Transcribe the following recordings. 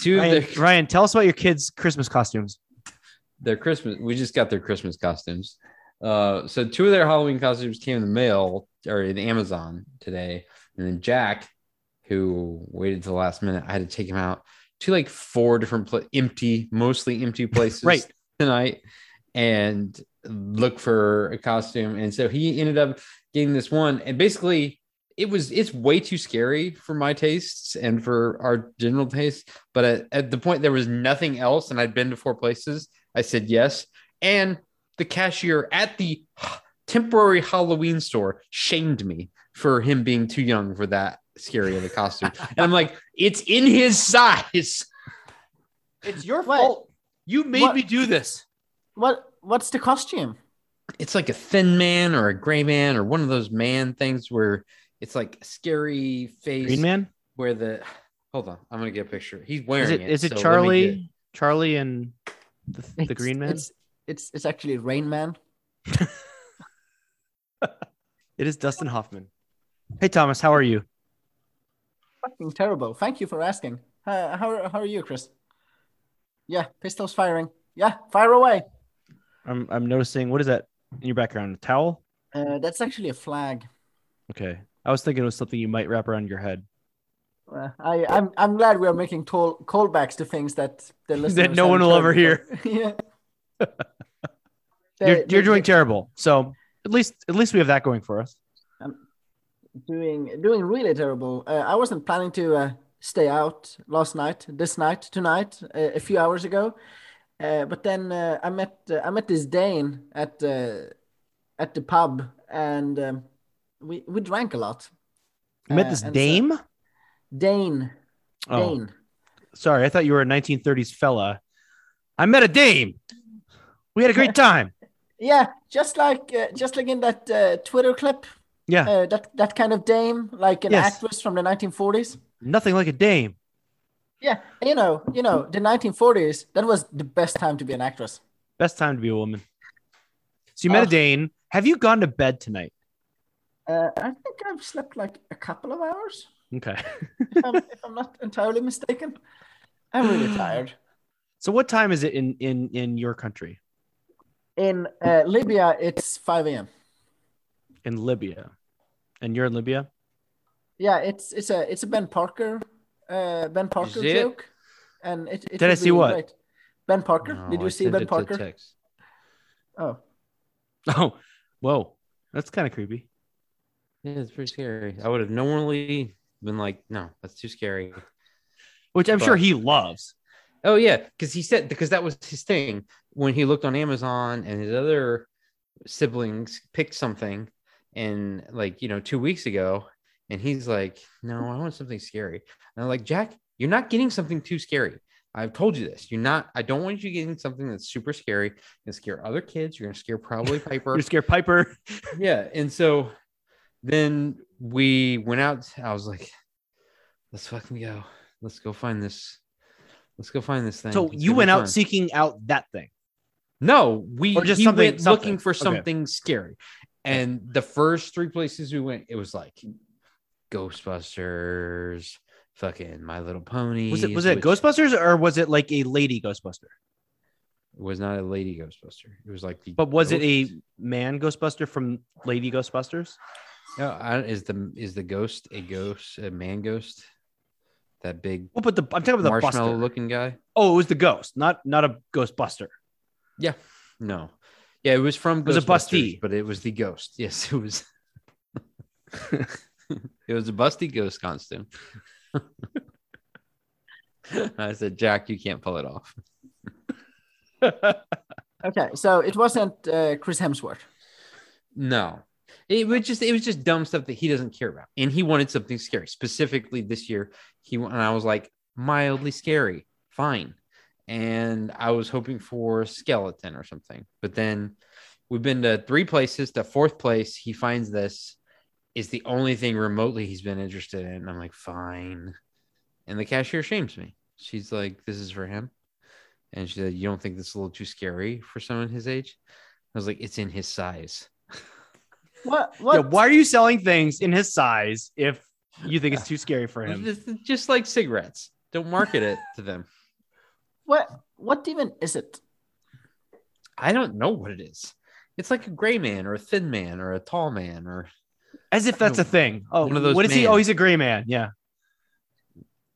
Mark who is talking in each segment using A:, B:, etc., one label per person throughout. A: two of
B: Ryan,
A: their,
B: Ryan, tell us about your kids' Christmas costumes.
A: their Christmas. We just got their Christmas costumes. Uh, so two of their Halloween costumes came in the mail or in Amazon today, and then Jack, who waited till the last minute, I had to take him out to like four different pla- empty, mostly empty places
B: Right.
A: tonight, and look for a costume. And so he ended up getting this one, and basically. It was it's way too scary for my tastes and for our general taste. But at, at the point there was nothing else, and I'd been to four places. I said yes. And the cashier at the temporary Halloween store shamed me for him being too young for that scary of a costume. and I'm like, it's in his size.
C: It's your
D: What?
C: fault.
D: You made
C: What?
D: me do this.
C: What what's the costume?
A: It's like a thin man or a gray man or one of those man things where it's like scary face
B: Green Man?
A: where the hold on, I'm gonna get a picture. He's wearing
B: Is it, is
A: so
B: it
A: let me
B: Charlie?
A: get-
B: Charlie and the, the
C: It's-
B: Green Man?
C: It's it's, it's actually Rain Man.
B: It is Dustin Hoffman. Hey, Thomas, how are you?
C: Fucking terrible. Thank you for asking. Uh, how how are you, Chris? Yeah, pistols firing. Yeah, fire away.
B: I'm, I'm noticing, what is that in your background? A towel?
C: Uh, that's actually a flag.
B: Okay. I was thinking it was something you might wrap around your head
C: Uh, I I'm I'm glad we are making tall callbacks to things that the listeners
B: no one
C: haven't
B: will
C: heard
B: ever hear.
C: before. yeah.
B: you're,
C: They-
B: you're
C: they-
B: doing terrible. So at least at least we have that going for us.
C: doing doing really terrible. Uh, I wasn't planning to uh, stay out last night, this night, tonight, uh, a few hours ago, uh, but then uh, I met uh, I met this Dane at uh, at the pub, and um, we we drank a lot.
B: You met
C: Uh,
B: this
C: and so-
B: dame.
C: Dane,
B: oh,
C: Dane.
B: sorry, I thought you were a 1930s fella. I met a dame. We had a great time.
C: Yeah, just like uh, just like in that uh, Twitter clip,
B: Yeah,
C: uh, that that kind of dame, like an
B: Ah. Yes.
C: actress from the 1940s.
B: nothing like a dame.
C: Yeah, you know, you know, the 1940s. That was the best time to be an actress.
B: Best time to be a woman. So you met
C: Oh.
B: a dame. Have you gone to bed tonight?
C: Uh, I think I've slept like a couple of hours,
B: Okay.
C: if I'm, if I'm not entirely mistaken. I'm
B: Mm.
C: really tired.
B: So what time is it in in in your country?
C: In uh, Libya, it's 5 a.m.
B: In Libya, and you're in Libya.
C: Yeah, it's it's a it's a Ben Parker, uh, Ben Parker
A: it?
C: joke, and it, it
B: Did I
C: would
B: see
C: be
B: what?
C: great. Ben Parker?
A: No,
C: Did you
A: I
C: see
A: sent
C: Ben
A: it to
C: Parker?
A: text.
C: Oh,
B: Oh, whoa, that's kind of creepy.
A: Yeah, it's pretty scary. I would have normally been like, no, that's too scary.
B: Which I'm sure
A: But-
B: he loves.
A: Oh yeah, because he said because that was his thing when he looked on Amazon and his other siblings picked something and like you know two weeks ago, and he's like, no, I want something scary. And I'm like, Jack, you're not getting something too scary. I've told you this. You're not. I don't want you getting something that's super scary and scare other kids. You're gonna scare probably Piper
B: You're scared, Piper.
A: yeah and so then we went out i was like let's fucking go let's go find this let's go find this thing
B: So
A: It's
B: you
A: gonna be
B: went out
A: fun."
B: seeking out that thing.
A: no we
B: Or just
A: he
B: something-
A: went
B: something.
A: looking for
B: Okay.
A: something scary and the first three places we went it was like ghostbusters fucking my little pony
B: Was it was it
A: which
B: Ghostbusters or was it like a lady Ghostbuster?
A: was not a lady ghostbuster it was like the
B: But was it a
A: ghost-
B: man Ghostbuster from Lady Ghostbusters?
A: no I, is the is the ghost a ghost a man ghost that big
B: Well, but the I'm talking about the
A: marshmallow
B: buster.
A: looking guy.
B: Oh, it was the ghost, not not a Ghostbuster.
A: No, yeah, it was from it
B: was a bustee.
A: but it was the ghost. Yes, it was. it was a busty ghost costume. I said, Jack, you can't pull it off.
C: okay. So it wasn't uh, Chris Hemsworth.
A: No, it was just it was just dumb stuff that he doesn't care about, and he wanted something scary. Specifically this year, he and I was like mildly scary, fine. And I was hoping for a skeleton or something, but then we've been to three places. The fourth place, he finds this is the only thing remotely he's been interested in. And I'm like, fine. And the cashier shames me. She's like, this is for him. And she said, you don't think this is a little too scary for someone his age? I was like, it's in his size.
C: What? What?
B: Yeah, why are you selling things in his size if you think it's too scary for him?
A: It's just like cigarettes. Don't market it to them.
C: What what even is it?
A: I don't know what it is. It's like a gray man or a thin man or a tall man or
B: As if that's a thing. Oh,
A: One of those
B: what is he?
A: men.
B: Oh, he's a gray man. Yeah.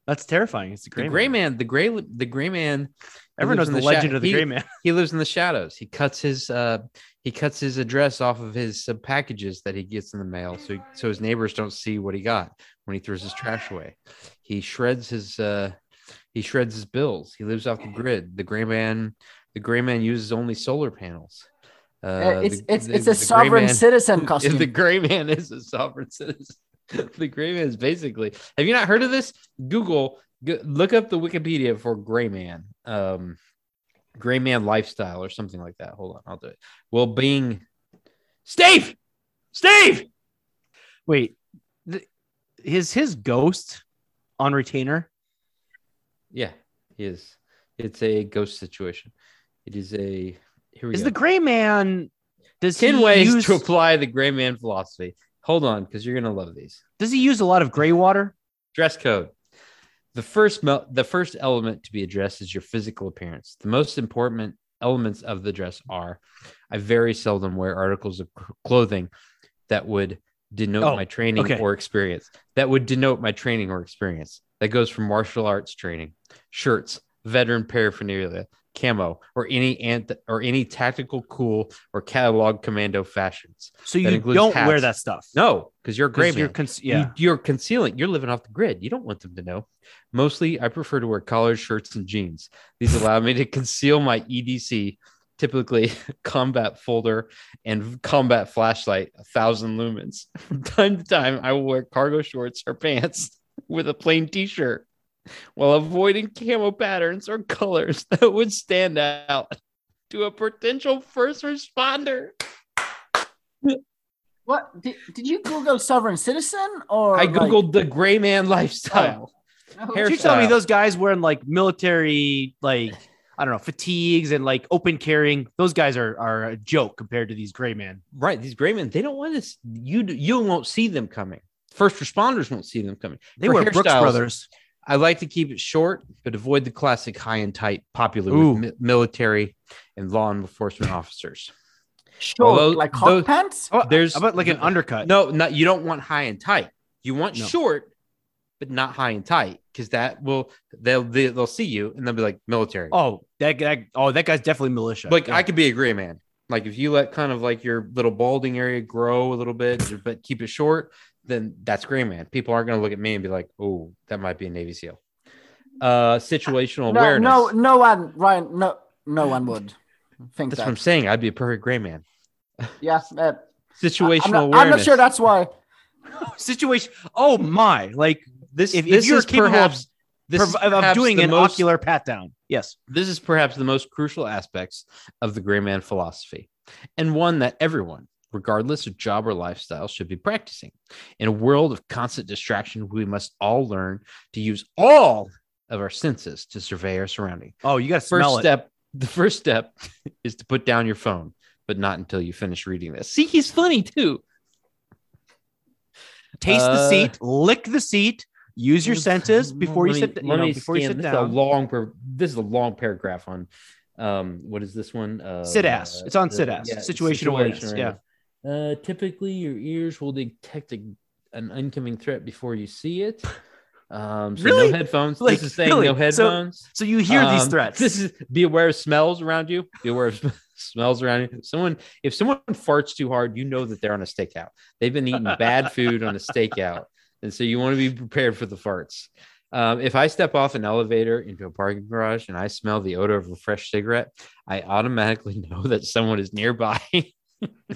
B: That's terrifying. It's a gray,
A: the gray man. The gray the gray man. he
B: Everyone
A: lives
B: knows
A: in
B: the,
A: sha-
B: legend of the
A: he-
B: gray man.
A: He lives in the shadows. He cuts his uh he cuts his address off of his uh, packages that he gets in the mail, so so his neighbors don't see what he got when he throws his trash away. He shreds his uh he shreds his bills. He lives off the grid. The gray man. The gray man uses only solar panels. Uh,
C: Uh, it's
A: the-
C: it's
A: the-
C: it's
A: the
C: a
A: gray
C: sovereign
A: man-
C: citizen
A: If
C: costume.
A: the gray man is a sovereign citizen. the gray man is basically. Have you not heard of this? Google, g- look up the Wikipedia for gray man, um, gray man lifestyle or something like that. Hold on, I'll do it. Well being, Steve, Steve.
B: Wait, th- is his ghost on retainer?
A: Yeah, he is. It's a ghost situation. It is a. Here we
B: Is
A: go.
B: the gray man? Does
A: ten
B: he
A: ways
B: use,
A: to apply the gray man philosophy. Hold on, because you're gonna love these.
B: Does he use a lot of gray water?
A: dress code the first mo- the first element to be addressed is your physical appearance the most important elements of the dress are i very seldom wear articles of c- clothing that would denote
B: Oh,
A: my training
B: okay.
A: or experience that would denote my training or experience that goes from martial arts training shirts veteran paraphernalia camo or any ant or any tactical cool or catalog commando fashions
B: So
A: That
B: you
A: includes
B: don't wear
A: hats.
B: that stuff.
A: no because you're a
B: 'Cause
A: gray
B: You're
A: man.
B: cons-
A: You-
B: yeah.
A: you're concealing. You're living off the grid. You don't want them to know. Mostly, I prefer to wear collared shirts and jeans. These allow me to conceal my EDC, typically combat folder and combat flashlight, a thousand lumens. From time to time, I will wear cargo shorts or pants with a plain T-shirt, while avoiding camo patterns or colors that would stand out to a potential first responder.
C: what did, did you Google sovereign citizen or
A: I
C: like-
A: googled the gray man
C: Oh,
A: lifestyle.
C: No.
A: hair-
B: You're telling me
A: hairstyle.
B: those guys wearing like military, like I don't know, fatigues and like open carrying. Those guys are are a joke compared to these gray men.
A: right these gray men they don't want this you you won't see them coming first responders won't see them coming
B: They
A: For
B: were Brooks
A: hairstyles,
B: Brothers.
A: i like to keep it short but avoid the classic high and tight popular
B: Ooh.
A: with mi- military and law enforcement officers
C: short
A: Although
C: like hot
A: those-
C: pants?
B: Oh,
A: there's
B: How about like an undercut?
A: no not you don't want high and tight you want
B: No.
A: short but not high and tight because that will they'll they, they'll see you and they'll be like military
B: Oh, that, that oh that guy's definitely militia.
A: like
B: Yeah.
A: i could be a gray man like if you let kind of like your little balding area grow a little bit but keep it short then that's gray man people aren't going to look at me and be like oh that might be a navy seal uh situational
C: No,
A: awareness
C: no, no one, Ryan. No, no one would think
A: that's what i'm
C: that.
A: saying i'd be a perfect gray man
C: Yeah, uh,
A: situational
C: I'm, not,
A: awareness
C: I'm not sure that's why.
B: situation. Oh my! Like
A: this
B: if,
A: this
B: if you're
A: is
B: capable
A: perhaps this is
B: of, of
A: perhaps
B: doing
A: the
B: an
A: most-
B: ocular pat down, yes,
A: This is perhaps the most crucial aspects of the gray man philosophy, and one that everyone, regardless of job or lifestyle, should be practicing. In a world of constant distraction, we must all learn to use all of our senses to survey our surrounding.
B: oh you got to
A: First
B: smell it.
A: step, the first step is to put down your phone, but not until you finish reading this. See, he's funny too.
B: Taste the
A: Uh, Mm,
B: seat, lick the seat, use your senses before you
A: Let
B: sit.
A: me-
B: You
A: let
B: know,
A: me
B: before you
A: scan-
B: sit
A: this is a
B: down.
A: long par- this is a long paragraph on um what is this one? Uh,
B: Sit-ass. It's on sit-ass. Situation awareness,
A: Yeah. Uh typically your ears will detect a, an incoming threat before you see it. Um so
B: Really?
A: no headphones.
B: Like,
A: this is saying
B: really?
A: no
B: So-
A: headphones.
B: So you hear these
A: Um,
B: threats.
A: This is be aware of smells around you. Be aware of sm- smells around you. Someone, if someone farts too hard, you know that they're on a stakeout. They've been eating bad food on a stakeout, and so you want to be prepared for the farts. Um, if I step off an elevator into a parking garage and I smell the odor of a fresh cigarette, I automatically know that someone is nearby.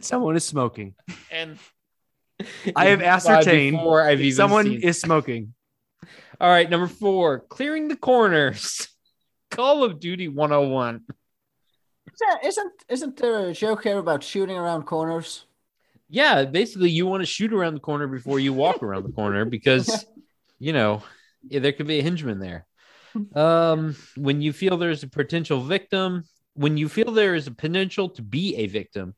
B: Someone is smoking.
A: and
B: I have
A: By
B: ascertained
A: before I've even
B: Someone
A: seen-
B: is smoking.
A: All right, number four, clearing the corners. Call of Duty 101.
C: Yeah, Isn't isn't there a joke here about shooting around corners?
A: yeah, basically you want to shoot around the corner before you walk around the corner because you know yeah, there could be a hingeman there. Um, when you feel there's a potential victim, when you feel there is a potential to be a victim,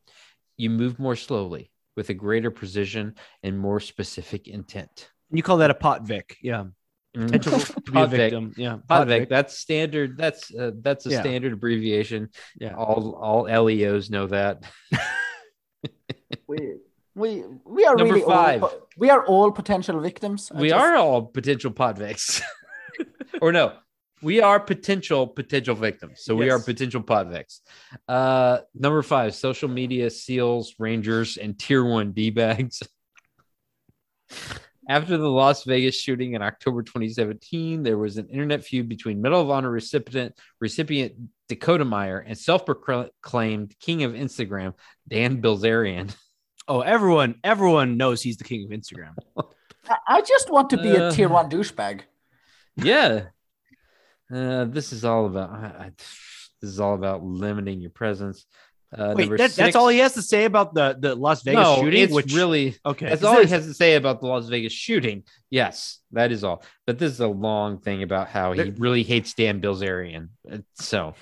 A: you move more slowly with a greater precision and more specific intent. Mm.
B: You call that a pot Vic. Yeah. potential to be a
A: Podvic.
B: victim. Yeah.
A: Podvik. That's standard. That's uh, that's a
B: Yeah.
A: standard abbreviation.
B: Yeah.
A: All all LEOs know that.
C: we we we are
A: Number
C: really all
A: five.
C: po- we are all potential victims. I
A: we
C: just-
A: are all potential Podviks. or no, we are potential potential victims. So we are
B: Yes.
A: potential Podviks. Uh, number five: social media seals, rangers, and tier one d bags. After the Las Vegas shooting in October 2017, there was an internet feud between Medal of Honor recipient recipient Dakota Meyer and self-proclaimed king of Instagram Dan Bilzerian.
B: Oh, everyone, everyone knows he's the king of Instagram.
C: I, I just want to be
A: Uh,
C: a tier one douchebag.
A: yeah uh, this is all about I, I, this is all about limiting your presence uh,
B: Wait,
A: number
B: that, that's
A: six-
B: all he has to say about the the Las Vegas
A: no,
B: shooting.
A: it's
B: which
A: really
B: okay,
A: that's
B: Is
A: all
B: there-
A: he has to say about the las vegas shooting yes that is all but this is a long thing about how he
B: There-
A: really hates dan bilzerian Uh, so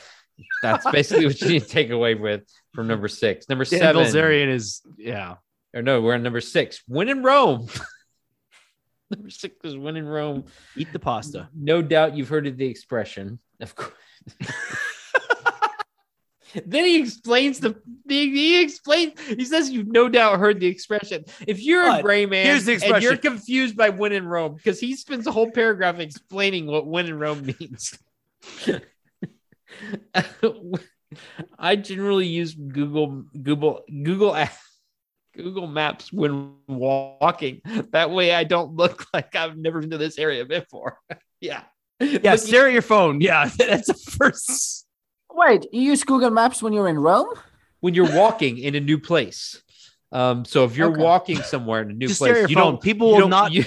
A: that's basically what you need to take away with from number six number
B: Dan
A: seven
B: Bilzerian is yeah.
A: or no we're on number six win in rome number six is win in rome
B: Eat the pasta.
A: No doubt you've heard of the expression. Of course. then he explains the he, he explains he says you've no doubt heard the expression. If you're a
B: But
A: gray man
B: here's the
A: and you're
B: expression.
A: confused by win in Rome, because he spends a whole paragraph explaining what win in Rome means. I generally use Google Google Google Ads- Google Maps when walking. That way I don't look like I've never been to this area before. yeah.
B: Yeah,
A: Looking-
B: stare at your phone. Yeah, that's the first.
C: Wait, you use Google Maps when you're in Rome?
A: when you're walking in a new place. Um, so if you're
C: Okay.
A: walking somewhere in a new
B: Just
A: place,
B: stare at your
A: you
B: phone.
A: don't
B: People
A: you
B: will
A: don't-
B: not.
A: you,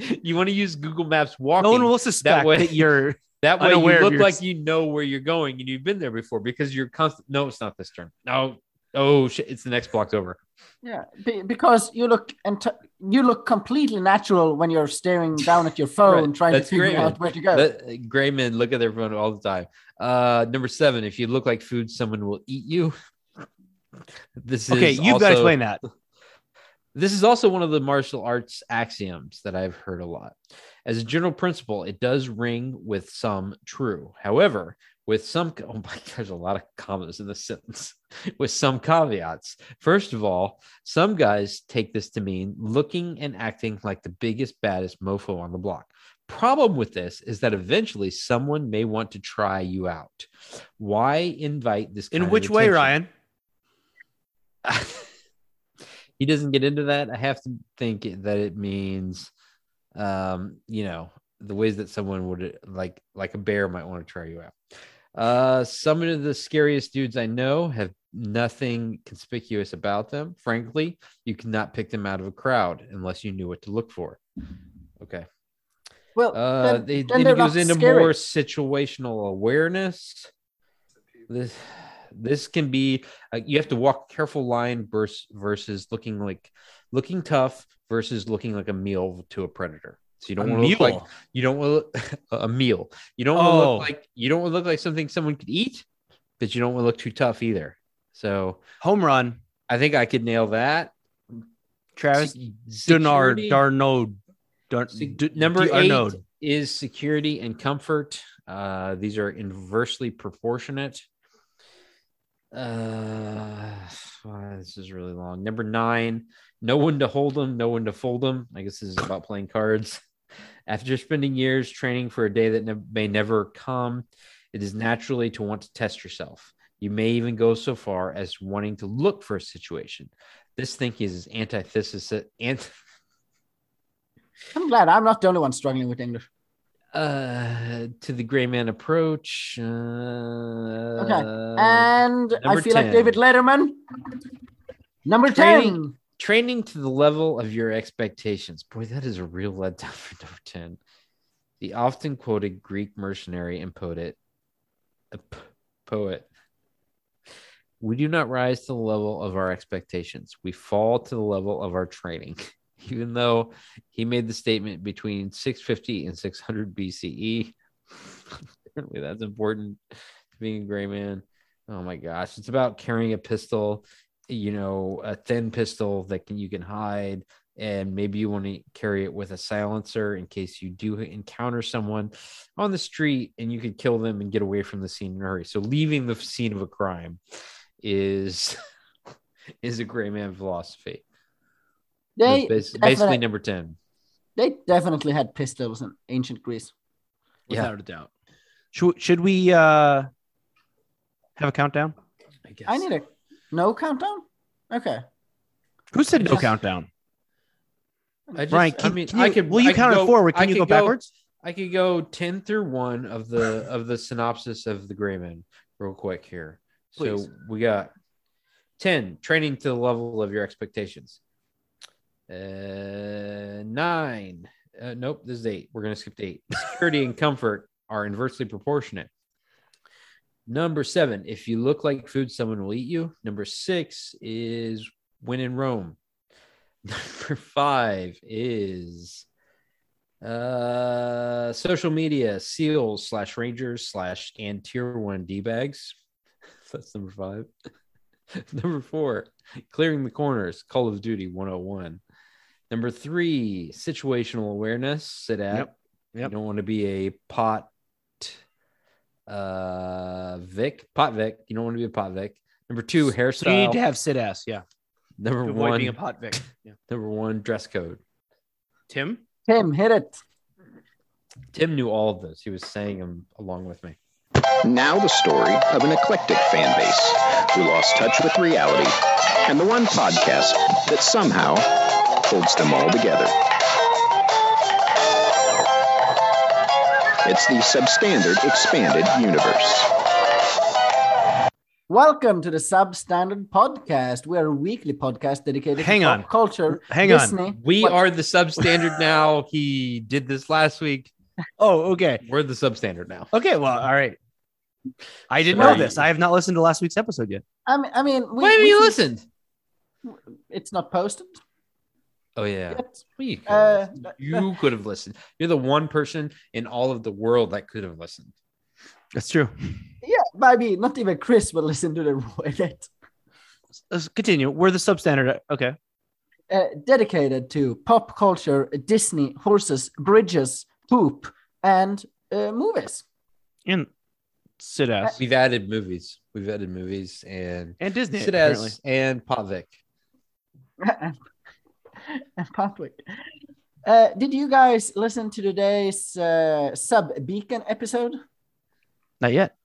A: you want to use Google Maps walking.
B: No one will suspect that,
A: way-
B: you're.
A: that way you
B: unaware of
A: look
B: your-
A: like you know where you're going and you've been there before because you're constant. No, it's not this turn. No. Oh shit! It's the next block's over.
C: Yeah, be- because you look and you look completely natural when you're staring down at your phone
A: Right,
C: trying to
A: that's
C: figure
A: great.
C: out where to go.
A: Let- uh, gray men look at their phone all the time. Uh, number seven: If you look like food, someone will eat you. This
B: Okay,
A: is
B: you've got to
A: also-
B: explain that.
A: This is also one of the martial arts axioms that I've heard a lot. As a general principle, it does ring with some true. However, with some, oh my, there's a lot of commas in this sentence, with some caveats. First of all, some guys take this to mean looking and acting like the biggest, baddest mofo on the block. Problem with this is that eventually someone may want to try you out. Why invite this? kind
B: In
A: of
B: which way,
A: attention?
B: Ryan?
A: he doesn't get into that. I have to think that it means, um, you know, the ways that someone would like, like a bear might want to try you out. Uh, some of the scariest dudes I know have nothing conspicuous about them. Frankly, you cannot pick them out of a crowd unless you knew what to look for. Okay.
C: well,
A: Uh,
C: then,
A: they,
C: then
A: then
C: they're
A: it goes
C: not
A: into
C: scary.
A: more situational awareness. This this can be uh, you have to walk careful line versus versus looking like looking tough versus looking like a meal to a predator. So you don't want to look like you don't want a meal. You don't want to
B: Oh.
A: look like you don't want to look like something someone could eat, but you don't want to look too tough either. So
B: home run.
A: I think I could nail that.
B: Travis
A: Se-
B: Denard
A: security-
B: Darno Dar,
A: Se-
B: D-
A: number
B: Darnaud.
A: eight is security and comfort. Uh, these are inversely proportionate. Uh, wow, this is really long. Number nine, no one to hold them, no one to fold them. I guess this is about playing cards. After spending years training for a day that ne- may never come, it is naturally to want to test yourself. You may even go so far as wanting to look for a situation. This thinking is antithesis. Anti-
C: I'm glad I'm not the only one struggling with English.
A: uh to the gray man approach uh,
C: and I
A: number
C: feel like David
A: 10.
C: Letterman. Number
A: Training.
C: ten.
A: training to the level of your expectations boy that is a real letdown for number 10 the often quoted greek mercenary and poet a p- poet we do not rise to the level of our expectations we fall to the level of our training even though he made the statement between 650 and 600 bce E, apparently that's important to being a gray man oh my gosh it's about carrying a pistol you know a thin pistol that can you can hide and maybe you want to carry it with a silencer in case you do encounter someone on the street and you could kill them and get away from the scene in a hurry. So leaving the scene of a crime is is a gray man philosophy. That's
C: They
A: bas- basically
C: definite-
A: number 10.
C: they definitely had pistols in ancient Greece.
A: Yeah.
B: without a doubt. Should should we uh have a countdown?
A: I guess.
C: I need a no countdown. Okay.
B: Who said no
A: Just-
B: countdown?
A: I just,
B: Brian,
A: I
B: can-
A: mean,
B: can
A: I
B: you-
A: could.
B: will you
A: I could
B: count it
A: go-
B: forward?
A: I
B: Can you
A: could
B: go backwards?
A: I could go ten through one of the of the synopsis of the Gray Man real quick here.
B: Please.
A: So we got ten training to the level of your expectations. Uh, nine. Uh, nope, this is eight. We're gonna skip to eight. Security and comfort are inversely proportionate. Number seven, if you look like food, someone will eat you. Number six is when in Rome. Number five is uh social media seals slash rangers slash and tier one d bags that's number five number four clearing the corners call of duty 101 number three situational awareness sit at
B: Yep, yep.
A: you don't want to be a pot uh vic pot vic you don't want to be a pot vic number two
B: you
A: hairstyle
B: need to have sit ass. Yeah.
A: number
B: To avoid
A: one
B: being a pot Vic. Yeah.
A: number one dress code
B: Tim,
C: Tim, hit it.
A: tim knew all of those he was saying them along with me
D: Now, the story of an eclectic fan base who lost touch with reality and the one podcast that somehow holds them all together. It's the substandard expanded universe.
C: Welcome to the Substandard Podcast. We are a weekly podcast dedicated
B: Hang
C: to
B: on.
C: pop culture.
B: hang on.
C: Disney,
A: We
C: what-
A: are the substandard now. He did this last week.
B: Oh, okay.
A: We're the substandard now.
B: Okay. Well, all right. I didn't know
A: Sorry.
B: this. I have not listened to last week's episode yet.
C: I mean, I mean, we,
A: Why haven't
C: we
A: you
C: can-
A: listened?
C: It's not posted
A: Oh yeah,
C: yet.
A: Well, you could
C: Uh,
A: have listened. You could have listened. You're the one person in all of the world that could have listened.
B: That's true.
C: Yeah, maybe not even Chris will listen to the yet.
B: Let's continue. We're the substandard. Okay.
C: uh, dedicated to pop culture, Disney, horses, bridges, poop, and uh, movies.
B: And sit ass.
A: We've added movies. We've added movies and
B: And Disney.
A: sit
B: apparently.
A: as and Pavic.
C: and Patrick. Uh, did you guys listen to today's uh, sub beacon episode,
B: Not yet.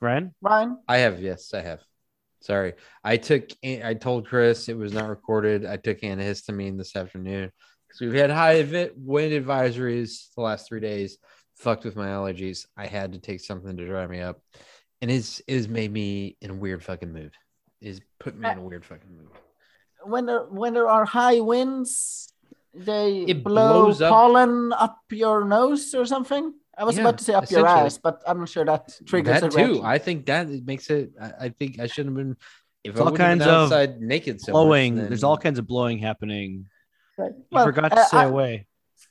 B: Ryan?
C: Ryan?
A: I have yes, I have. Sorry, I took. I told Chris it was not recorded. I took antihistamine this afternoon because we've had high vi- wind advisories the last three days. Fucked with my allergies. I had to take something to dry me up, and it's it's made me in a weird fucking mood. Is put me in a weird fucking mood.
C: When there when there are high winds, they
A: It
C: blow
A: blows up-
C: pollen up your nose or something. I was
A: Yeah,
C: about to say up your
A: essentially.
C: ass, but I'm not sure that triggers
A: That
C: a reaction.
A: too. I think that it makes it. I, I think I shouldn't have been. If
B: All
A: I wouldn't have been
B: kinds of
A: outside naked, so much,
B: blowing.
A: then-
B: There's all kinds of blowing happening.
C: Right.
B: You forgot to
C: uh,
B: stay
C: I-
B: away.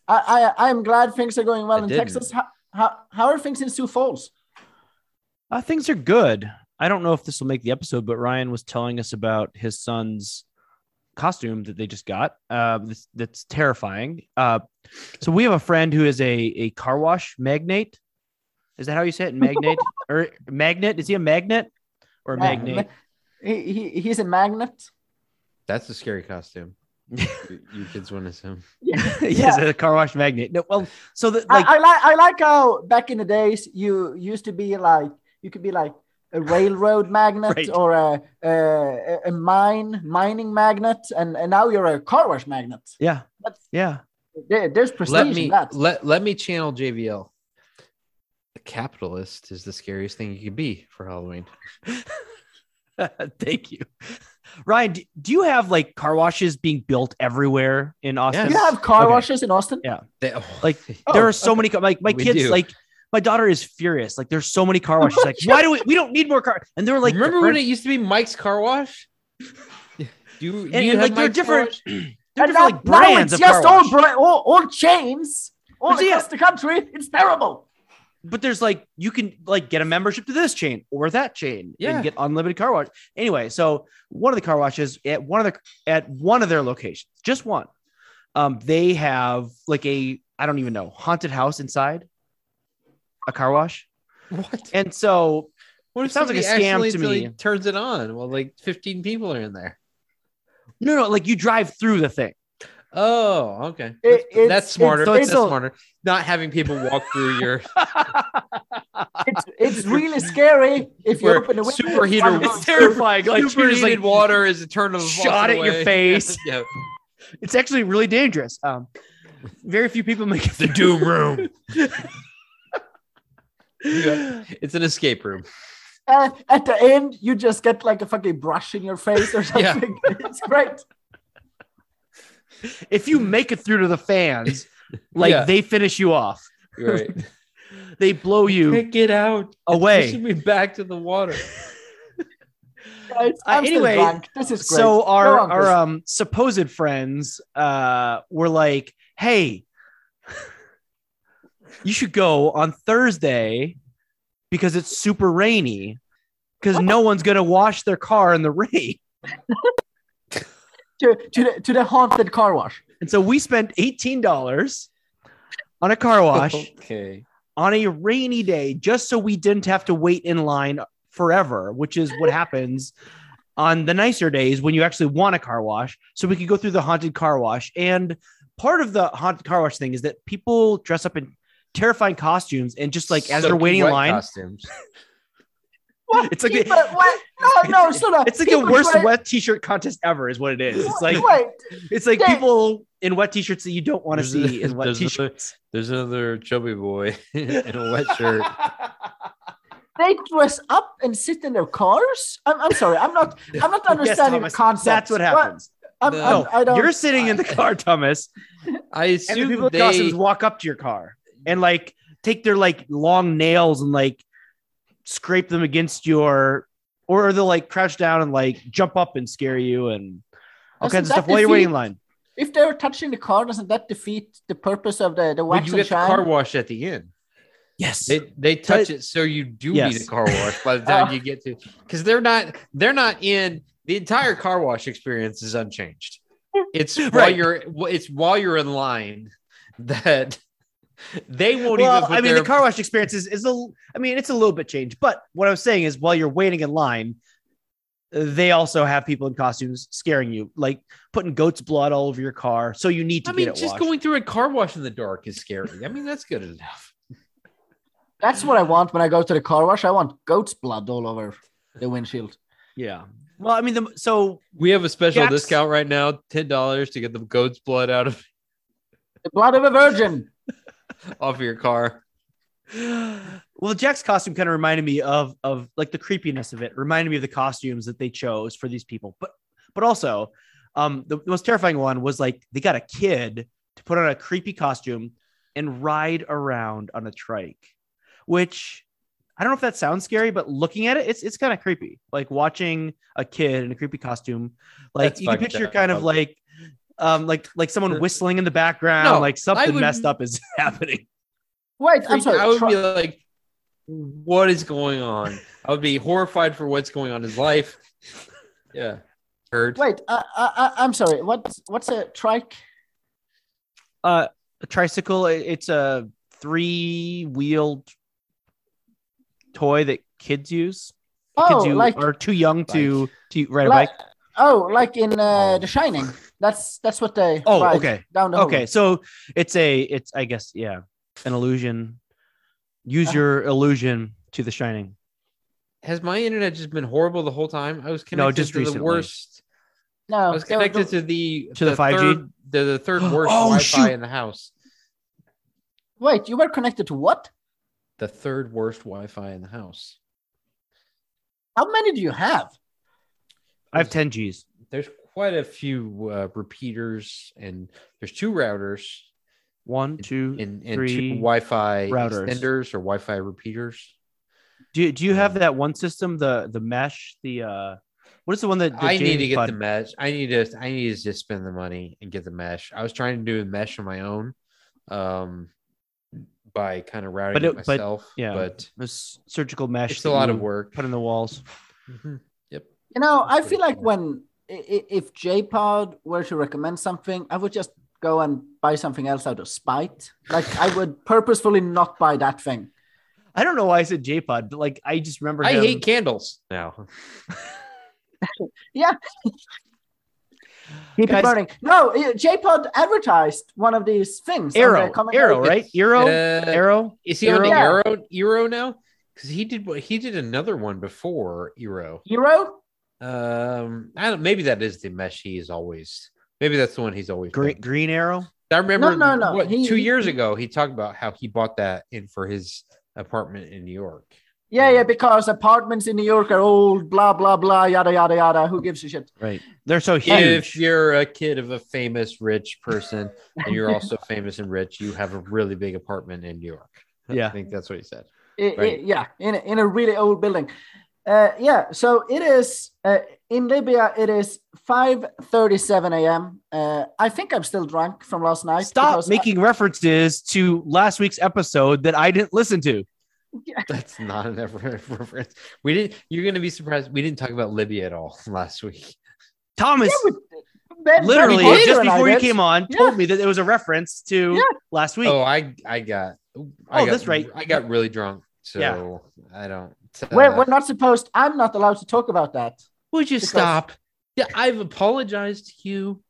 C: I, I I'm glad things are going well
A: I
C: in
A: didn't.
C: Texas. How, how how are things in Sioux Falls?
B: Uh, things are good. I don't know if this will make the episode, but Ryan was telling us about his son's costume that they just got. Uh, this, that's terrifying. Uh, so we have a friend who is a, a car wash magnate. Is that how you say it? Magnate or magnet? Is he a magnet or a
C: Yeah,
B: magnate?
C: Uh, He, he he's a magnet.
A: That's a scary costume. you you kids want to assume.
B: yes, a car wash magnate. No, well, so that like
C: I, I like I like how back in the days you used to be like you could be like a railroad magnet
B: Right.
C: or a, a a mine mining magnet, and, and now you're a car wash magnet.
B: yeah,
C: That's,
B: yeah.
C: there, there's prestige
A: let me
C: in that.
A: let, let me channel JVL. A capitalist is the scariest thing you could be for Halloween.
B: Thank you. Ryan, do, do you have like car washes being built everywhere in Austin?
A: Yes.
C: you have car
B: Okay.
C: washes in Austin.
A: They-
B: Like,
C: Oh,
B: there are so many car- like my
A: We
B: kids
A: do.
B: like my daughter is furious. Like there's so many car washes. Like why do we we don't need more car? And they're like
A: remember when
B: different-
A: it used to be Mike's car wash? Do you, do
B: and,
A: you
B: and,
A: have
B: like
A: Mike's
B: they're
A: car
B: different.
A: wash?
B: They're
C: And
B: different like
C: now- now
B: brands
C: it's
B: of
C: just
B: car
C: all,
B: wash.
C: bra- all all chains all
B: But yeah.
C: across the country. It's terrible.
B: but there's like you can like get a membership to this chain or that chain
A: Yeah.
B: and get unlimited car wash. Anyway, so one of the car washes at one of the at one of their locations, just one. Um, they have like a I don't even know haunted house inside a car wash,
A: What?
B: and so
A: What if
B: It sounds like a
A: somebody
B: scam to
A: accidentally
B: me.
A: Turns it on while like 15 people are in there.
B: no no like you drive through the thing.
A: Oh, okay.
C: It-
A: that's,
C: it's-
A: that's smarter.
B: it's-
A: that's
B: it's a-
A: smarter. Not having people walk through your
C: It's, it's really scary if you
A: Where
C: open the window.
A: superheater-
B: it's terrifying. Like you
A: superheated
B: just, like
A: water is eternal.
B: shot at your face.
A: yeah.
B: It's actually really dangerous. Um, very few people make it
A: The
B: through.
A: doom room. It's an escape room.
C: Uh, at the end, you just get like a fucking brush in your face or
A: Yeah.
C: something. it's great.
B: if you make it through to the fans, like
A: Yeah.
B: they finish you off.
A: You're right.
B: They blow Oh, you
A: Can't get out. Pushing
B: away.
A: me back to the water.
C: Guys,
B: Uh,
C: I'm
B: anyway,
C: still drunk. This is great.
B: So our
C: Go on,
B: our
C: Chris.
B: um, supposed friends uh, were like, "Hey, you should go on Thursday because it's super rainy because no one's gonna wash their car in the rain."
C: to, to, the, to the haunted car wash.
B: And so we spent eighteen dollars on a car wash.
A: Oh. Okay.
B: on a rainy day just so we didn't have to wait in line forever, which is what happens on the nicer days when you actually want a car wash. So we could go through the haunted car wash. And part of the haunted car wash thing is that people dress up in terrifying costumes and just like as they're
A: Soaking
B: waiting in
A: wet
B: line,
A: Costumes.
C: What?
B: It's like the-
C: people, what? No, no, sort of.
B: it's like the worst wet t-shirt contest ever is what it is. It's like
C: wait,
B: it's like
C: yeah.
B: people in wet t-shirts that you don't want to
A: There's a-
B: see in wet
A: there's another-
B: t-shirts.
A: There's another chubby boy in a wet shirt.
C: they dress up and sit in their cars. I'm, I'm sorry, I'm not. I'm not understanding
B: Thomas,
C: the concept.
B: That's what happens.
C: I'm,
A: No.
C: I'm, I am i am i do
B: Oh,
C: not
B: You're sitting in the car, Thomas,
A: I
B: and the
A: assume
B: people in
A: they
B: costumes walk up to your car and like take their like long nails and like scrape them against your or they'll like crouch down and like jump up and scare you and all
C: Doesn't
B: kinds of
C: that
B: stuff while you're
C: defeat
B: waiting in line.
C: if they're touching the car, doesn't that defeat the purpose of the the
A: Well,
C: wax
A: you
C: and
A: get the
C: shine?
A: car wash at the end.
B: Yes.
A: They they touch it so you do need
B: Yes.
A: a car wash by the time
C: Oh.
A: you get to because they're not they're not in the entire car wash experience is unchanged. It's while
B: Right.
A: you're it's while you're in line that they won't
B: well,
A: even. Put
B: I mean,
A: their,
B: the car wash experience is, is a, I mean, it's a little bit changed, but what I was saying is while you're waiting in line, they also have people in costumes scaring you, like putting goat's blood all over your car. So you need to
A: I
B: get
A: mean,
B: it
A: just
B: washed.
A: going through a car wash in the dark is scary. I mean, that's good enough.
C: That's what I want when I go to the car wash. I want goat's blood all over the windshield.
B: yeah. Well, I mean, the, so
A: We have a special
B: That's-
A: discount right now, ten dollars to get the goat's blood out of
C: The blood of a virgin.
A: off of your car.
B: well, Jack's costume kind of reminded me of of like the creepiness of it. Reminded me of the costumes that they chose for these people, but but also, um, the, the most terrifying one was like they got a kid to put on a creepy costume and ride around on a trike, which I don't know if that sounds scary, but looking at it, it's it's kind of creepy. Like watching a kid in a creepy costume, like
A: That's
B: you can
A: fucked
B: picture
A: up.
B: kind of like. Um, like like someone whistling in the background,
A: No,
B: like something
A: would-
B: messed up is happening.
C: Wait, I'm
A: freaked-
C: sorry.
A: I would
C: Try-
A: be like, what is going on? I would be horrified for what's going on in his life. Yeah. Heard.
C: Wait, I, I, I- I'm sorry. What, what's a trike?
B: uh a tricycle i- it's a three wheeled toy that kids use
C: Oh,
B: kids who
C: like
B: are too young to to ride a
C: like-
B: bike
C: oh, like in uh,
A: Oh.
C: The Shining. That's that's what they.
B: oh
C: ride
B: okay
C: Down the
B: okay
C: hallway.
B: so it's a it's i guess yeah an illusion use
A: Uh-huh.
B: your illusion to the shining
A: Has my internet just been horrible the whole time? I was connected
B: just
A: to
B: recently.
A: the worst.
C: No,
A: I was
C: the-
A: connected to
C: Oh, the-
A: the
B: To the 5G?
A: third- the, the third worst
B: Oh,
A: Wi-Fi
B: shoot.
A: in the house.
C: wait, you were connected to what?
A: The third worst Wi-Fi in the house.
C: How many do you have?
B: i have 10 g's
A: There's quite a few uh, repeaters, and there's two routers
B: one two
A: and, and
B: Three
A: two Wi-Fi
B: routers.
A: extenders or Wi-Fi repeaters.
B: do, do you have that one system the the mesh the uh what is the one that, that
A: I need
B: James
A: to get
B: bought?
A: the mesh. I need to. I need to just spend the money and get the mesh. I was trying to do a mesh on my own, um, by kind of routing
B: But
A: it
B: it- but-
A: myself.
B: yeah.
A: but
B: This surgical mesh.
A: it's a
B: that
A: lot
B: you
A: of work.
B: Put in the walls.
A: Mhm.
C: You know, I
A: That's
C: feel
A: pretty
C: like
A: cool.
C: when i- i- if JPod were to recommend something, I would just go and buy something else out of spite. Like I would purposefully not buy that thing.
B: I don't know why I said J-Pod, but like I just remember.
A: I
B: him-
A: hate candles now.
C: Keep
B: Guys-
C: it burning. No, i- JPod advertised one of these things. on
B: Arrow,
C: their comic
B: Arrow,
C: book.
B: right? Arrow,
A: Uh,
B: Arrow.
A: Is he on the
C: Eero?
A: Eero Eero now? Because he did what he did another one before Eero.
C: Euro.
A: Um, I don't. Maybe that is the mesh he is always. Maybe that's the one he's always.
B: Green,
A: done.
B: green Arrow.
A: I remember.
C: No, no, no.
A: What,
C: He-
A: two
C: he-
A: years ago, he talked about how he bought that in for his apartment in New York.
C: Yeah, yeah. Because apartments in New York are old. Blah blah blah. Yada yada yada. Who gives a shit?
B: Right. They're so
A: If
B: huge.
A: you're a kid of a famous rich person and you're also famous and rich, you have a really big apartment in New York. I
B: Yeah.
A: think that's what he said.
C: I- I-
A: Right.
C: yeah, in a, in a really old building. Uh, yeah, so it is uh, in Libya. It is five thirty-seven a.m. Uh, I think I'm still drunk from last night.
B: Stop
C: because I-
B: making references to last week's episode that I didn't listen to.
A: That's not an ever reference. We didn't. You're going to be surprised. We didn't talk about Libya at all last week.
B: Thomas,
C: Yeah, but- Ben-
B: literally
C: Ben Carter
B: just
C: and I
B: before you
C: did.
B: came on,
C: Yeah.
B: told me that there was a reference to
C: Yeah.
B: last week.
A: Oh, I I got. I
B: Oh,
A: got,
B: that's right.
A: I got really drunk, so I don't.
C: We're,
A: uh,
C: we're not supposed. I'm not allowed to talk about that.
A: Would you
C: Because-
A: stop? Yeah, I've apologized to you.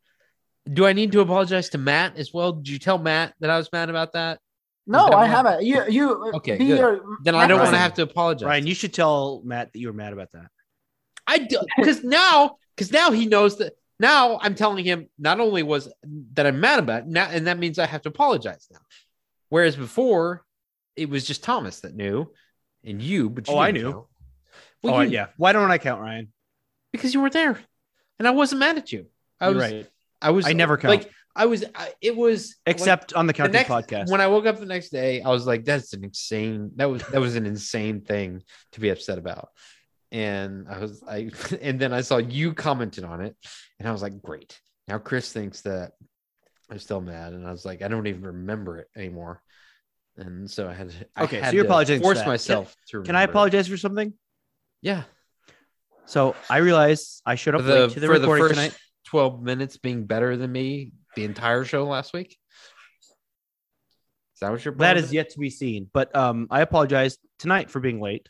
A: Do I need to apologize to Matt as well? Did you tell Matt that I was mad about that?
C: No,
A: Then
C: I
A: what-
C: haven't. You, you.
A: Okay,
C: be
A: good.
C: your-
A: Then I don't
B: Ryan.
A: want to have to apologize.
B: Ryan, you should tell Matt that you were mad about that.
A: I do because now because now he knows that now I'm telling him not only was that I'm mad about it, now and that means I have to apologize now. Whereas before it was just Thomas that knew and you, but you
B: Oh, I
A: didn't
B: knew.
A: know. Well,
B: oh,
A: you-
B: yeah. Why don't I count Ryan?
A: because you were there and I wasn't mad at you. I
B: You're
A: was
B: right.
A: I was
B: I never count.
A: like I was I, it was
B: Except on the
A: the
B: counting
A: next,
B: podcast.
A: When I woke up the next day, I was like, "That's an insane. That was that was an insane thing to be upset about." And I was I, and then I saw you commented on it, and I was like, "Great." Now Chris thinks that I'm still mad, and I was like, "I don't even remember it anymore." And so I had to, I
B: Okay, so
A: had
B: you're
A: to
B: apologizing for
A: Force
B: that.
A: myself to.
B: Can I
A: remember it.
B: apologize for something?
A: Yeah,
B: So I realized I showed
A: for
B: up
A: the,
B: late to the
A: for the
B: recording
A: first
B: tonight.
A: twelve minutes being better than me the entire show last week. Is that what you're?
B: That
A: apologizing
B: is yet to be seen. But um, I apologize tonight for being late.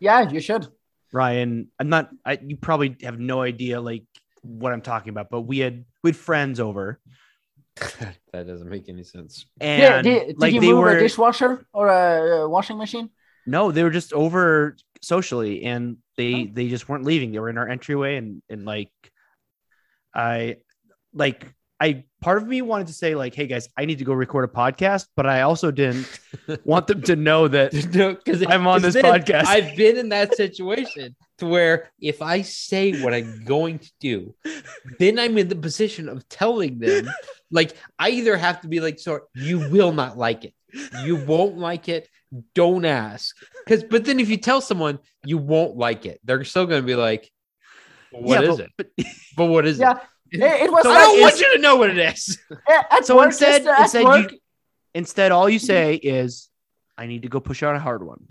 C: Yeah, you should.
B: Ryan, I'm not. I, you probably have no idea like what I'm talking about. But we had we had friends over,
A: that doesn't make any sense.
B: and
C: Yeah, did, did
B: like
C: you
B: they
C: move
B: were
C: a dishwasher or a uh, washing machine?
B: no, they were just over socially, and they
C: Oh.
B: they just weren't leaving. They were in our entryway, and and like I like I part of me wanted to say like, hey guys, I need to go record a podcast, but I also didn't want them to know that
A: no, because
B: I'm on this podcast.
A: I've been in that situation to where if I say what I'm going to do, then I'm in the position of telling them, like, I either have to be like, so you will not like it. You won't like it. Don't ask. Because, but then if you tell someone you won't like it, they're still going to be like, "Well, what
B: Yeah,
A: is it? But what is
C: Yeah,
A: it?
C: It, it was.
B: So
A: I
C: like-
A: don't want
C: it's-
A: you to know what it is.
C: uh, At
B: So
C: work,
B: instead-
C: sister, at
B: instead you-
C: work, Mm-hmm.
B: Instead, all you say is, I need to go push out a hard one.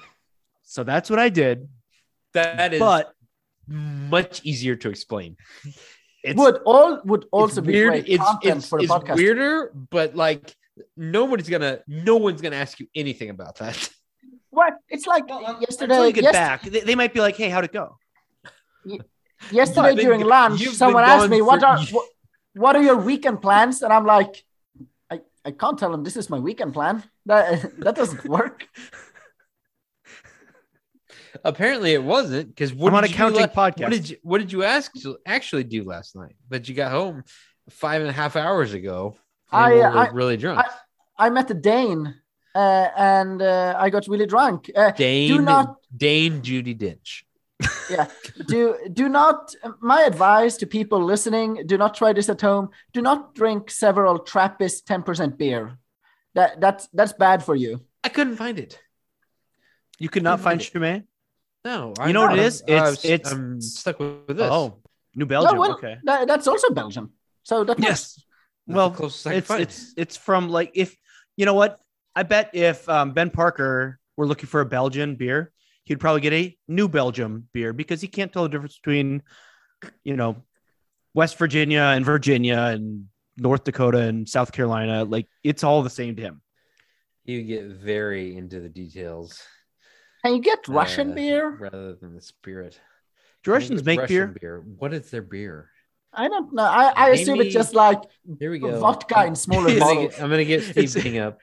B: so that's what I did.
A: That is
B: but
A: much easier to explain. It's,
C: would all would also
A: it's
C: be
A: weird.
C: great
A: it's
C: content
A: it's,
C: for the
A: it's
C: podcast.
A: weirder, but like nobody's gonna, no one's gonna ask you anything about that.
C: What? It's like
B: until
C: yesterday.
B: you get
C: yes-
B: back, they, they might be like, hey, how'd it go?
C: Yesterday
A: You've been-
C: during lunch,
A: you've been
C: someone asked
A: gone
C: me, "What
A: for-
C: are what, what are your weekend plans?" And I'm like, "I, I can't tell them this is my weekend plan. That that doesn't work."
A: Apparently, it wasn't because what
B: I'm on
A: did
B: a
A: you do
B: counting
A: la-
B: podcast.
A: What did you What did you ask actually do last night? But you got home five and a half hours ago. and
C: I-
B: uh,
A: you were
C: I-
A: really drunk.
C: I met a Dane, uh, and uh, I got really drunk. Uh,
A: Dane,
C: do not
A: Dane Judy Dench.
C: do do not. My advice to people listening: do not try this at home. Do not drink several Trappist ten percent beer. That that's that's bad for you.
A: I couldn't find it.
B: you could not find Chimay?
A: No,
B: You know what it is?
A: I'm-
B: It's- it's-
A: I'm stuck with this.
B: Oh, New Belgium.
C: No, well,
B: okay.
C: that- that's also Belgium. So that
B: Yes.
A: That's the
B: Well,
A: closest I could
B: it's,
A: find.
B: it's, it's from like, if you know what? I bet if um, Ben Parker were looking for a Belgian beer, he'd probably get a New Belgium beer because he can't tell the difference between, you know, West Virginia and Virginia and North Dakota and South Carolina. Like it's all the same to him.
A: You get very into the details.
C: Can you get Russian
A: uh,
C: beer?
A: rather than the spirit.
B: Do Russians make
A: Russian
B: beer?
A: What is their beer?
C: I don't know. I, I assume
A: Maybe-
C: it's just like
A: Here we go.
C: vodka in
A: I'm
C: smaller
A: gonna
C: bottles.
A: get, I'm gonna get Steve
B: It's-
A: King up.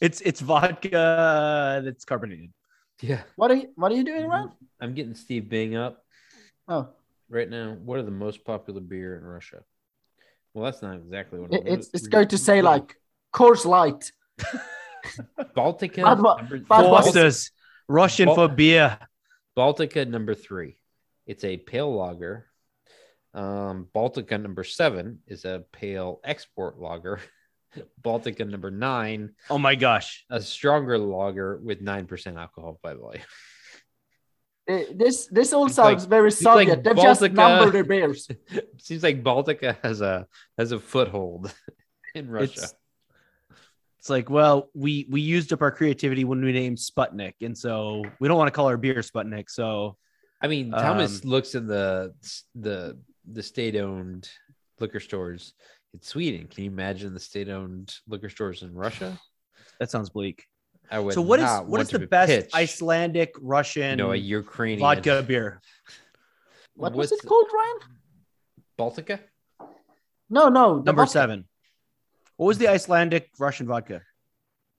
B: It's it's vodka that's carbonated.
A: Yeah,
C: What are you, what are you doing, Ron?
A: I'm getting Steve Bing up
C: Oh,
A: right now. What are the most popular beer in Russia? Well, that's not exactly what
C: it,
A: I'm
C: it's it's
A: looking-
C: going to say like Coors Light.
A: Baltica.
C: Budwe-
A: number- Baltica-
C: Budweiser.
B: Foster's Russian
A: Bal-
B: for beer.
A: Baltica number three. It's a pale lager. Um, Baltica number seven is a pale export lager. Baltica number nine,
B: Oh my gosh.
A: a stronger lager with nine percent alcohol by volume.
C: Uh, this this all
A: It's
C: sounds very
A: like
C: Soviet. They've just
A: Baltica.
C: numbered their beers.
A: Seems like Baltica has a has a foothold in Russia.
B: It's, it's like, well, we we used up our creativity when we named Sputnik, and so we don't want to call our beer Sputnik. So
A: I mean, Thomas
B: Um,
A: looks at the the the state owned liquor stores in Sweden. Can you imagine the state owned liquor stores in Russia?
B: that sounds bleak.
A: I would.
B: So what is
A: not
B: what
A: want
B: is
A: to
B: the
A: be
B: best
A: pitched,
B: Icelandic
A: You
B: Russian
A: know, a Ukrainian
B: vodka beer?
C: What was
A: What's-
C: it called, Ryan?
A: Baltica.
C: No, no. the
B: Number
C: vodka.
B: seven. What was the Icelandic Russian vodka?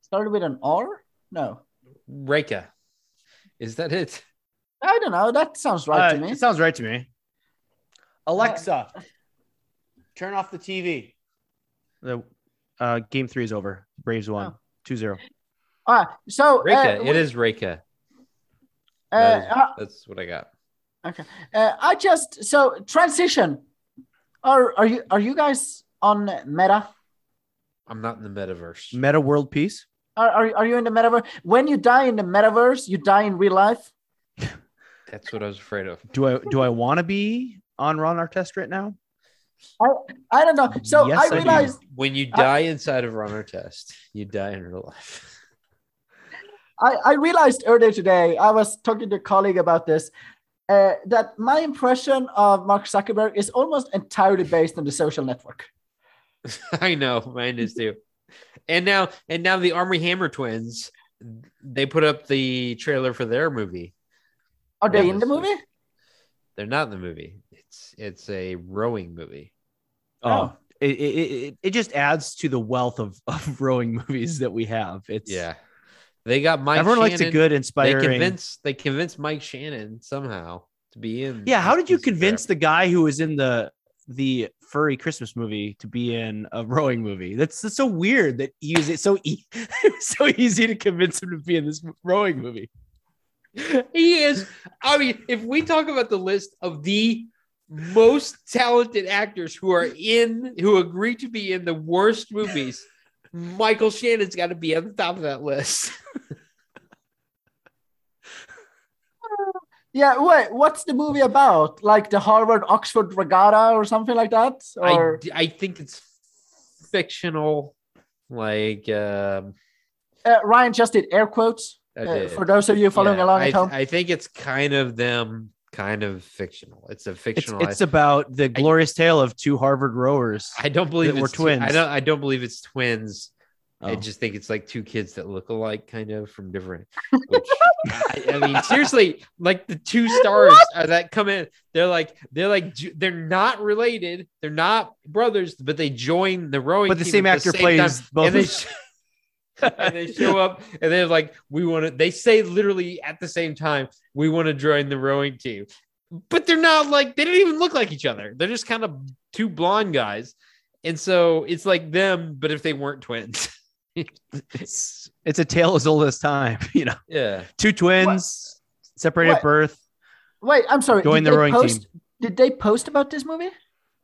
C: Started with an R? No.
A: Reka. Is that it?
C: I don't know. That sounds
B: Uh,
C: right to me. Uh,
B: It sounds right to me. Alexa, turn off the TV. The uh, game three is over. Braves won
C: Oh.
B: 2 0.
C: All right. So, uh,
A: Reka.
C: we-
A: it is Reka.
C: uh,
A: That is-
C: uh,
A: That's what I got.
C: Okay. Uh, I just so transition. Are are you are you guys on Meta?
A: I'm not in the metaverse.
B: Meta world peace.
C: Are, are are you in the metaverse? When you die in the metaverse, you die in real life.
A: That's what I was afraid of.
B: Do I do I want to be on Ron Artest right now?
C: I don't know. So
B: Yes, I
C: I
B: do.
C: realized
A: When you
C: I-
A: die inside of runner test, you die in real life.
C: I, I realized earlier today, I was talking to a colleague about this, uh, that my impression of Mark Zuckerberg is almost entirely based on the social network.
A: I know, mine is too. And now, and now the Army Hammer twins, they put up the trailer for their movie.
C: Are they
A: Yeah,
C: in the
A: it's like-
C: movie?
A: They're not in the movie. It's it's a rowing movie.
C: Oh.
B: Um, It, it, it, it just adds to the wealth of, of rowing movies that we have. It's
A: Yeah, they got Mike.
B: everyone likes a
A: Shannon-
B: good
A: They
B: inspiring.
A: convinced they convinced Mike Shannon somehow to be in.
B: yeah, how
A: this
B: did you
A: piece of
B: convince
A: crap.
B: the guy who was in the the furry Christmas movie to be in a rowing movie? That's, that's so weird that he was it's so e- it was so easy to convince him to be in this rowing movie.
A: He is. I mean, if we talk about the list of the most talented actors who are in who agree to be in the worst movies, Michael Shannon's got to be on the top of that list.
C: Yeah, wait, what's the movie about? Like the Harvard Oxford Regatta or something like that?
A: I,
C: Or
A: d- I think it's fictional. Like um,
C: uh, Ryan just did air quotes
A: I
C: uh,
A: did-
C: for those of you following
A: yeah,
C: along
A: I,
C: at home.
A: I think it's kind of them, kind of fictional. It's a
B: It's
A: fictional.
B: it's about the glorious tale of two Harvard rowers.
A: I don't believe it's
B: that we're
A: tw- I
B: twins.
A: don't. I don't believe it's twins. I
B: Oh.
A: just think it's like two kids that look alike, kind of from different. Which, I, I mean, seriously, like the two stars are that come in. They're like they're like ju- they're not related. They're not brothers, but they join the rowing.
B: but the
A: team
B: same
A: at
B: actor
A: same time,
B: plays both.
A: and they, sh- and they show up and they're like, we want to, they say literally at the same time, we want to join the rowing team. But they're not like, they don't even look like each other. They're just kind of two blonde guys. And so it's like them, but if they weren't twins.
B: it's it's a tale as old as time. You know,
A: Yeah.
B: two twins separated
C: What?
B: at birth.
C: Wait, I'm sorry.
B: Join
C: did
B: the
C: they
B: rowing
C: post,
B: team.
C: Did they post about this movie?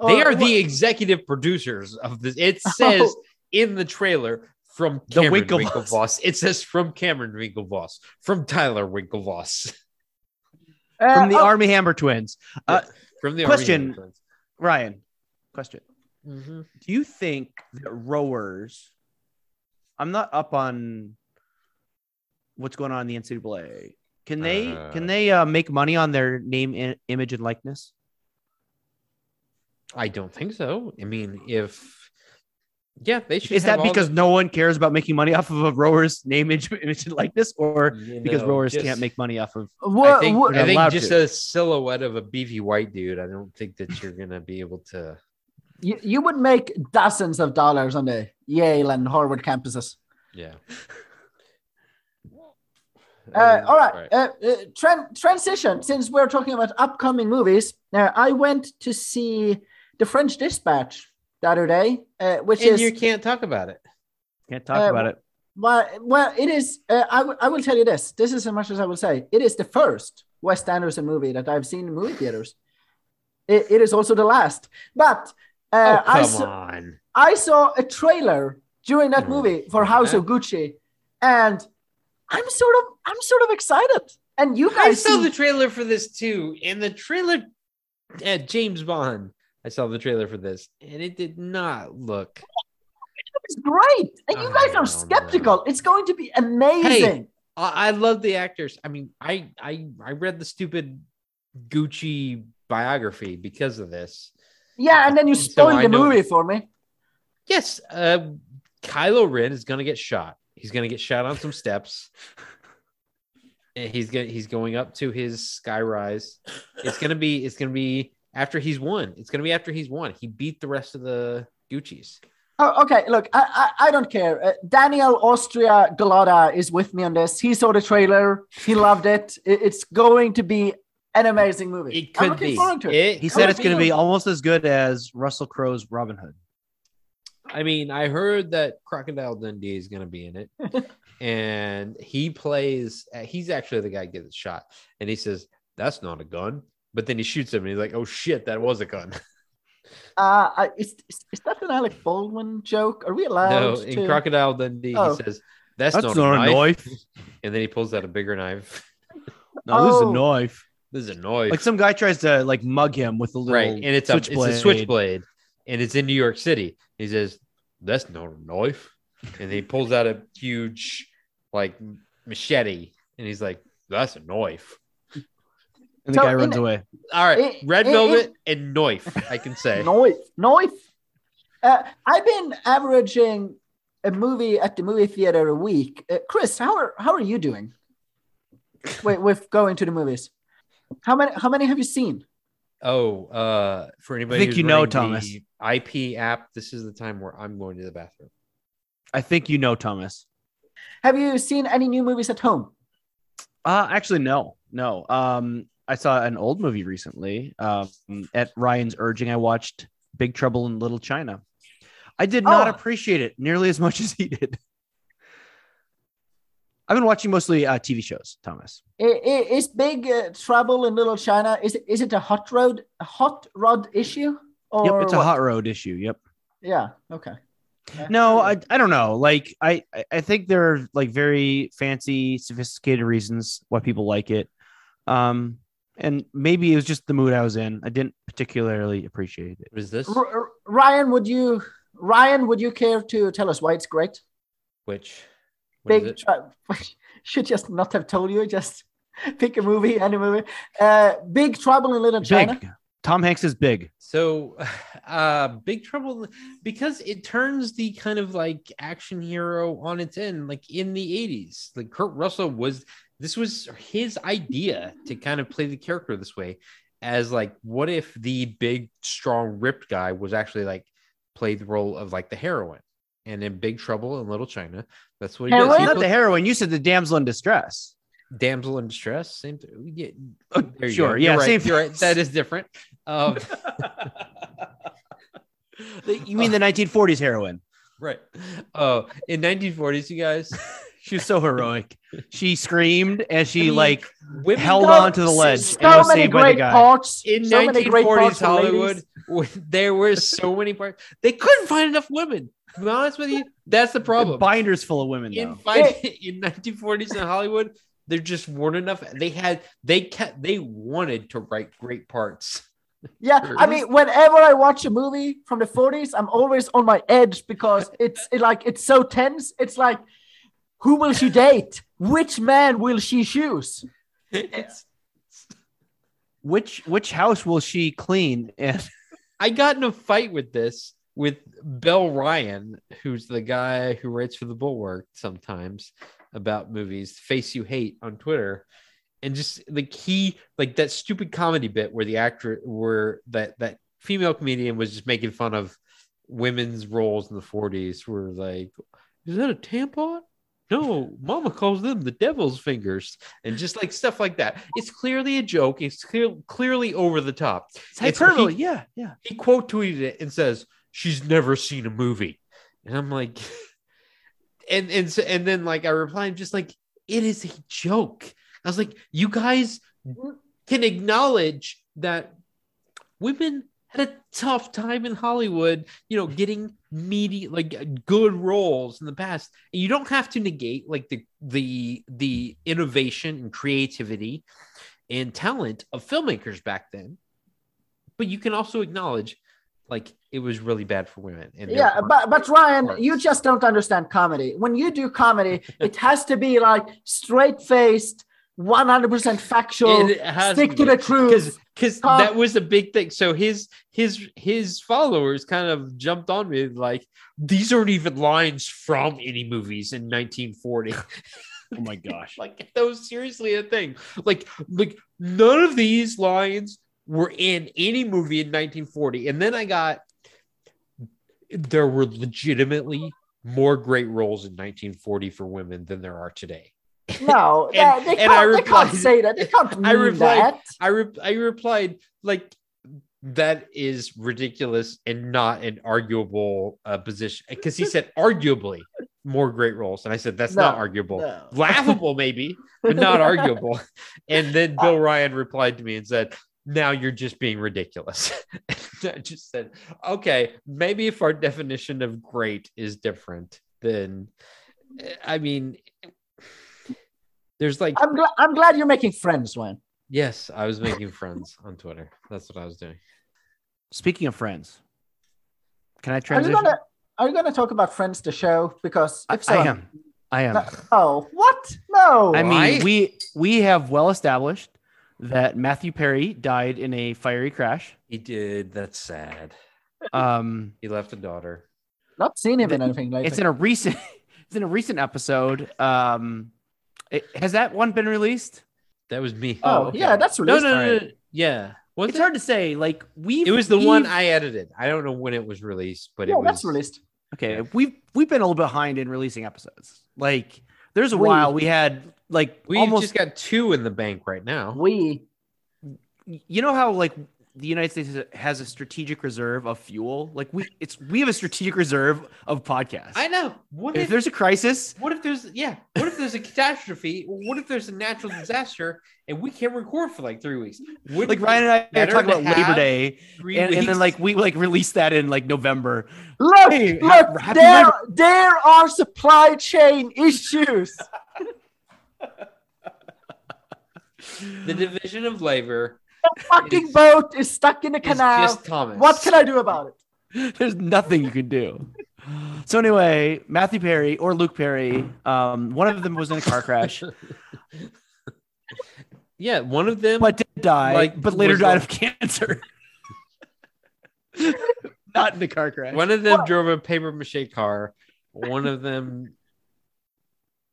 A: They
C: Or
A: are the
C: Uh, what-
A: executive producers of this. It says
C: Oh.
A: in the trailer from
B: The
A: Cameron
B: Winklevoss.
A: Winklevoss. It says from Cameron Winklevoss, from Tyler Winklevoss,
C: Uh,
B: from the
C: oh,
B: Army Hammer twins.
A: from the
B: Question.
A: Army.
B: Ryan, question:
A: Mm-hmm.
B: Do you think that rowers I'm not up on what's going on in the NCAA. Can they
A: Uh.
B: can they uh, make money on their name, i- image, and likeness?
A: I don't think so. I mean, if yeah, they should.
B: Is
A: have
B: that
A: all
B: because
A: the-
B: no one cares about making money off of a rower's name, image, image and likeness, or
A: You
B: because
A: know,
B: rowers
A: just-
B: can't make money off of?
A: I
C: What,
A: think,
C: what-
B: They're
A: I think
B: allowed
A: just
B: to.
A: a silhouette of a beefy white dude. I don't think that you're gonna be able to.
C: you, you would make dozens of dollars on the Yale and Harvard campuses.
A: Yeah.
C: Uh, all right. Uh, uh, tran- transition. Since we're talking about upcoming movies, uh, I went to see The French Dispatch the other day, uh, which
A: and
C: is
A: you can't talk about it.
B: Can't talk
C: Uh,
B: about it.
C: well, well, it is. Uh, I, w- I will tell you this. This is as much as I will say. It is the first Wes Anderson movie that I've seen in movie theaters. It, it is also the last. But uh,
A: oh come
C: I saw,
A: on.
C: I saw a trailer during that
A: Mm.
C: movie for House of Gucci, and I'm sort of I'm sort of excited. And you
A: I
C: guys
A: saw
C: seem-
A: the trailer for this too, and the trailer at James Bond. I saw the trailer for this, and it did not look.
C: It's great. And you
A: Oh, I
C: guys
A: don't know.
C: are skeptical. It's going to be amazing.
A: I, I love the actors. I mean, I I I read the stupid Gucci biography because of this.
C: Yeah, and then you
A: So
C: spoil
A: I
C: the
A: know-
C: movie for me.
A: Yes, uh, Kylo Ren is going to get shot. He's going to get shot on some steps. And he's going he's going up to his sky rise. It's going to be it's going to be after he's won. It's going to be after he's won. He beat the rest of the Gucci's.
C: Oh, okay. Look, I I, I don't care. Uh, Daniel Austria Galata is with me on this. He saw the trailer. He loved it. I- it's going to be an amazing movie.
A: It
C: I'm
A: could
C: looking
A: be.
C: forward to it.
A: It
B: He said
A: could
B: it's going to be almost as good as Russell Crowe's Robin Hood.
A: I mean, I heard that Crocodile Dundee is going to be in it, and he plays. uh, He's actually the guy gets shot, and he says, "That's not a gun." But then he shoots him, and he's like, "Oh shit, that was a gun."
C: Uh, I, is, is is that an Alec Baldwin joke? Are we allowed
A: no, in
C: to?
A: Crocodile Dundee,
C: Oh.
A: he says, "That's, not, a knife," and then he pulls out a bigger knife.
B: No, this is
C: Oh.
B: a knife.
A: this is a noise,
B: Like some guy tries to like mug him with a little
A: right? And it's a, it's
B: switchblade.
A: a switchblade, and it's in New York City. He says, "That's not a knife," and he pulls out a huge, like machete, and he's like, "That's a knife."
B: And the
C: So
B: guy
C: in-
B: runs away.
A: All right,
C: It-
A: red
C: it-
A: velvet
C: eh.
A: and Noif, I can say.
C: Noif. Noif. Uh, I've been averaging a movie at the movie theater a week. Uh, Chris, how are how are you doing? Wait, with going to the movies, how many how many have you seen?
A: Oh, uh, for anybody,
B: think
A: who's
B: you know,
A: running
B: Thomas.
A: the IP app. This is the time where I'm going to the bathroom.
B: I think you know Thomas.
C: Have you seen any new movies at home?
B: Uh actually no. No. Um I saw an old movie recently. Um at Ryan's urging I watched Big Trouble in Little China. I did not
C: Oh.
B: appreciate it nearly as much as he did. I've been watching mostly uh, TV shows, Thomas.
C: I- i- Is Big uh, Trouble in Little China is it- is it a hot road a hot rod issue? Or
B: yep, it's a
C: what?
B: hot road issue. Yep.
C: Yeah. Okay.
B: No, I, I don't know. Like I I- I think there are like very fancy, sophisticated reasons why people like it. Um and maybe it was just the mood I was in. I didn't particularly appreciate it.
A: What is this?
C: R- R- Ryan, would you Ryan, would you care to tell us why it's great?
A: Which what is
C: Big
A: it?
C: Trouble. Should just not have told you. Just pick a movie, any movie. Uh, Big Trouble in Little China.
B: Big. Tom Hanks is big.
A: So, uh, Big Trouble because it turns the kind of like action hero on its end, like in the 80s. Like Kurt Russell was this was his idea to kind of play the character this way as like, what if the big, strong, ripped guy was actually like played the role of like the heroine? And in Big Trouble in Little China, that's what he does.
C: Heroine?
A: He
B: Not
A: put-
B: the heroine. You said the damsel in distress.
A: damsel in distress, same thing. Yeah,
B: Oh,
A: there you
B: sure,
A: go.
B: yeah,
A: you're right.
B: same
A: You're right.
B: thing.
A: That is different. Um,
B: You mean the 1940s heroine?
A: Right. Oh, in 1940s, you guys,
B: She was so heroic. She screamed and she
A: I mean,
B: like
A: women
B: held
C: No,
B: on to the ledge
C: So
B: and was
C: many
B: saved by the
C: great
B: guy.
C: parts.
A: in
C: so many great
A: 1940s
C: parts for ladies.
A: Hollywood, when there were so many parts. They couldn't find enough women. To be honest with you, that's the problem.
B: Binder's full of women
A: in
B: though.
A: fight, in 1940s in Hollywood, there just weren't enough. They had they kept they wanted to write great parts.
C: Yeah,
A: Sure
C: I
A: is.
C: mean, whenever I watch a movie from the 40s, I'm always on my edge because it's it, like it's so tense. It's like, who will she date? Which man will she choose?
A: It's-
B: Which which house will she clean? And
A: I got in a fight with this with Bell Ryan, who's the guy who writes for the Bulwark sometimes about movies, Face You Hate on Twitter. And just like he, like that stupid comedy bit where the actor, where that that female comedian was just making fun of women's roles in the 40s, were like, is that a tampon? No, mama calls them the devil's fingers and just like stuff like that. It's clearly a joke. It's clear, clearly over the top.
B: it's
A: It's-
B: hyperbole. yeah, yeah.
A: he quote tweeted it and says she's never seen a movie and i'm like and and so, and then like i reply i'm just like it is a joke i was like you guys can acknowledge that women had a tough time in hollywood you know getting meaty like good roles in the past and you don't have to negate like the the the innovation and creativity and talent of filmmakers back then but you can also acknowledge like it was really bad for women and there
C: yeah,
A: weren't-
C: but but Ryan, you
A: parts.
C: just don't understand comedy. When you do comedy, it has to be like straight faced, 100% factual.
A: It has
C: Stick
A: be.
C: to the truth.
A: because because
C: Huh.
A: that was a big thing. So his his his followers kind of jumped on me like these aren't even lines from any movies in 1940.
B: Oh my gosh.
A: like that was seriously a thing. Like like none of these lines were in any movie in 1940. And then I got there were legitimately more great roles in 1940 for women than there are today.
C: No,
A: And-
C: that- they,
A: and I
C: can't, they
A: replied-
C: can't say that. They can't mean
A: I replied-
C: that.
A: I re- I replied like that is ridiculous and not an arguable uh, position because he said arguably more great roles and I said that's not
C: No,
A: arguable
C: No.
A: laughable maybe but not arguable and then Bill Ryan replied to me and said now you're just being ridiculous And I just said okay maybe if our definition of great is different then eh, I mean there's like
C: I'm, gl- I'm glad you're making friends, Ryan.
A: Yes, I was making friends on Twitter. That's what I was doing.
B: Speaking of friends, can I
C: Are you
B: transition?
C: gonna Are you gonna talk about Friends the show? Because
B: I,
C: if so,
B: I am. I am.
C: No, oh, what? No.
B: I
A: Why?
B: mean, we we have well established that Matthew Perry died in a fiery crash.
A: He did. That's sad.
B: Um,
A: He left a daughter.
C: not seen him in
B: the-
C: anything like
B: it's
C: that.
B: in a recent it's in a recent episode. Um, it- has that one been released?
A: That was me.
C: Oh,
B: oh, okay.
C: yeah, that's
A: no,
C: released.
A: no, no,
B: alright.
A: no. Yeah. Was
B: it's
A: it?
B: hard to say. Like we,
A: it was the one I edited. I don't know when it was released, but
C: yeah,
A: it was
C: that's released.
B: okay. We've we've been a little behind in releasing episodes. Like there's a
C: We-
B: while we had like
A: We
B: almost
A: just got two in the bank right now.
C: We
B: you know how like the United States has a- has a strategic reserve of fuel. Like we, it's we have a strategic reserve of podcasts.
A: I know. What
B: if
A: if,
B: there's a crisis,
A: what if there's yeah? What if there's a catastrophe? What if there's a natural disaster and we can't record for like three weeks? Wouldn't
B: like
A: it
B: Ryan and I are
A: better
B: talking
A: to
B: about Labor
A: have
B: Day,
A: three
B: and, and
A: weeks?
B: then like we like release that in like November.
C: look,
B: Hey, ha-
C: look.
B: happy
C: there,
B: Labor-
C: there are supply chain issues.
A: the division of labor
C: Fucking boat is stuck in the
A: is
C: canal.
A: just Thomas.
C: What can I do about it?
B: There's nothing you can do. So anyway, Matthew Perry or Luke Perry, um, one of them was in a car crash,
A: Yeah, one of them.
B: but did die,
A: Like,
B: but later
A: was
B: died
A: like-
B: of cancer. Not in the car crash.
A: One of them drove a paper mache car. One of them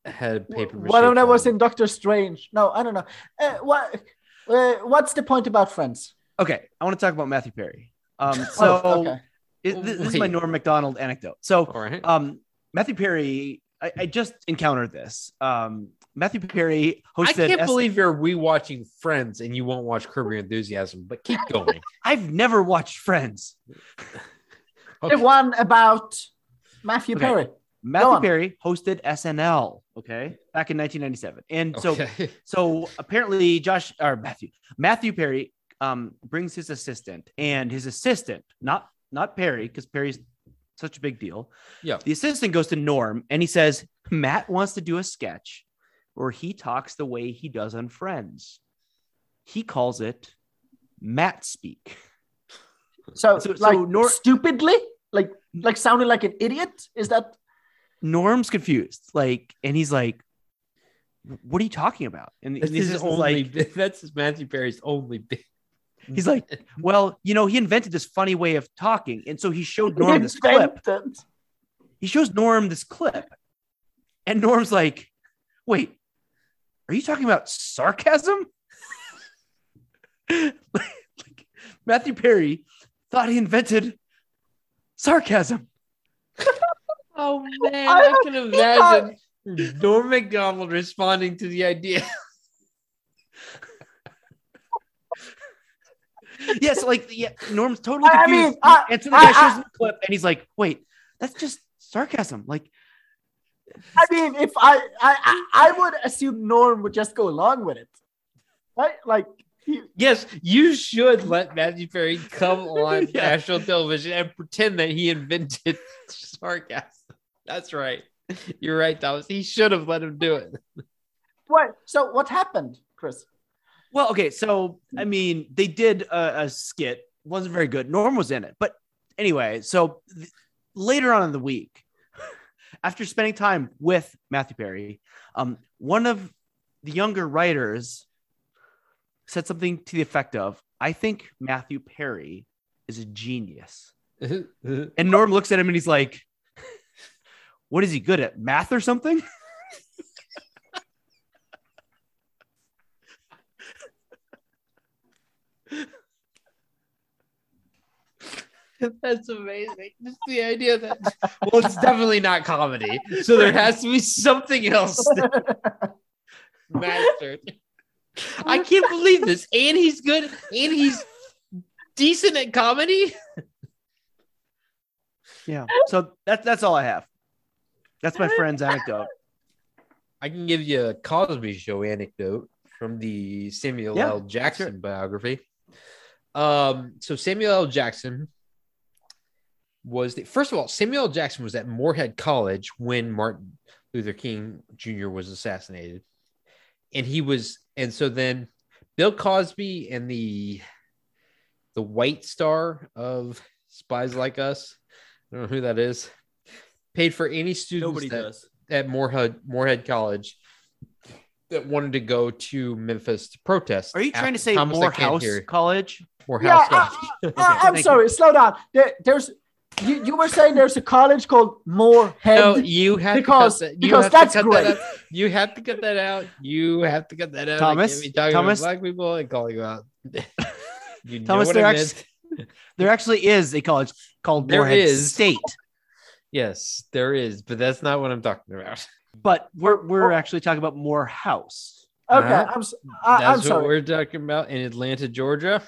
A: had a paper mache.
C: One of them was
A: car.
C: in Doctor Strange. No, I don't know. Uh, what? Uh, what's the point about Friends?
B: Okay, I want to talk about Matthew Perry. Um, so
C: Oh, okay.
B: it- th- this is my
A: Wait. Oh.
B: Norm Macdonald anecdote. So
A: All right.
B: um, Matthew Perry, I, I just encountered this. Um, Matthew Perry
A: I
B: hosted.
A: can't
B: S-
A: believe you're rewatching Friends and you won't watch Curb Your Enthusiasm, but keep going.
B: I've never watched Friends.
C: The one about Matthew
B: Okay.
C: Perry.
B: Matthew
C: on.
B: Perry hosted SNL. Okay, back in 1997, and so
A: Okay.
B: so apparently Josh or Matthew Matthew Perry um, brings his assistant, and his assistant, not not Perry, because Perry's such a big deal.
A: Yeah.
B: the assistant goes to Norm, and he says Matt wants to do a sketch where he talks the way he does on Friends. He calls it Matt speak.
C: So,
B: So- so
C: like
B: nor-
C: stupidly, like like sounding like an idiot. Is that
B: Norm's confused, like, and he's like, "What are you talking about?" And
A: That's
B: this
A: his
B: is
A: only.
B: like,
A: that's Matthew Perry's only. bit.
B: he's like, "Well, you know, he invented this funny way of talking, and so he showed Norm this clip.
C: invented?
B: He shows Norm this clip, and Norm's like, "Wait, are you talking about sarcasm?" like, Matthew Perry thought he invented sarcasm.
A: Oh man,
C: I
A: I,
C: don't
A: can
C: I-
A: imagine Norm Macdonald responding to the idea.
B: Yes, like yeah, Norm's totally
C: I
B: confused.
C: mean, I-
B: and so the guy
C: I-
B: shows him the clip, and he's like, "Wait, that's just sarcasm." Like,
C: I mean, if I, I I I would assume Norm would just go along with it, right? Like he,
A: Yes, you should let Matthew Perry come on
B: Yeah.
A: national television and pretend that he invented sarcasm. That's right. You're right, Thomas. He should have let him do it.
C: what? So what happened, Chris?
B: well, okay, so I mean, they did a, a skit, wasn't very good. Norm was in it, but anyway, so th- later on in the week, after spending time with Matthew Perry, um, one of the younger writers said something to the effect of, "I think Matthew Perry is a genius." And Norm looks at him and he's like, What is he good at? Math or something?
A: That's amazing. Just the idea that well, it's definitely not comedy, so there has to be something else that mastered. I can't believe this. And he's good, and he's decent at comedy.
B: Yeah. So that's that's all I have. That's my friend's anecdote.
A: I can give you a Cosby Show anecdote from the Samuel
B: Yeah,
A: L. Jackson
B: sure.
A: biography. Um, so Samuel L. Jackson was the first of all, Samuel L. Jackson was at Moorhead College when Martin Luther King Jr. was assassinated, and he was, and so then Bill Cosby and the the White Star of Spies Like Us, I don't know who that is, paid for any students that- at Moorhead Moorhead College that wanted to go to Memphis to protest.
B: Are you trying to say
A: Thomas, I can't
B: Morehouse
A: hear you.
B: College?
A: Morehouse?
C: Yeah,
A: College.
C: I, Ah, I'm
B: thank you.
C: sorry. Slow down. There, there's you, you were saying there's a college called Moorhead.
A: no, you have
C: because-
A: to cut that. You
C: because
A: have
C: that's
A: to cut
C: great.
A: That out. You have to cut that out. You have to cut that out. I can't
B: Thomas?
A: be talking
B: Thomas?
A: about black people and calling you out. you know
B: Thomas,
A: what
B: there
A: I
B: actu-
A: meant.
B: There actually is a college called
A: There
B: Morehead
A: is.
B: State,
A: Yes, there is, but that's not what I'm talking about.
B: but we're we're
A: Oh.
B: actually talking about Morehouse.
C: Okay,
A: Uh-huh.
C: Uh, I'm s- I, am
A: that's what
C: sorry.
A: we're talking about in Atlanta, Georgia.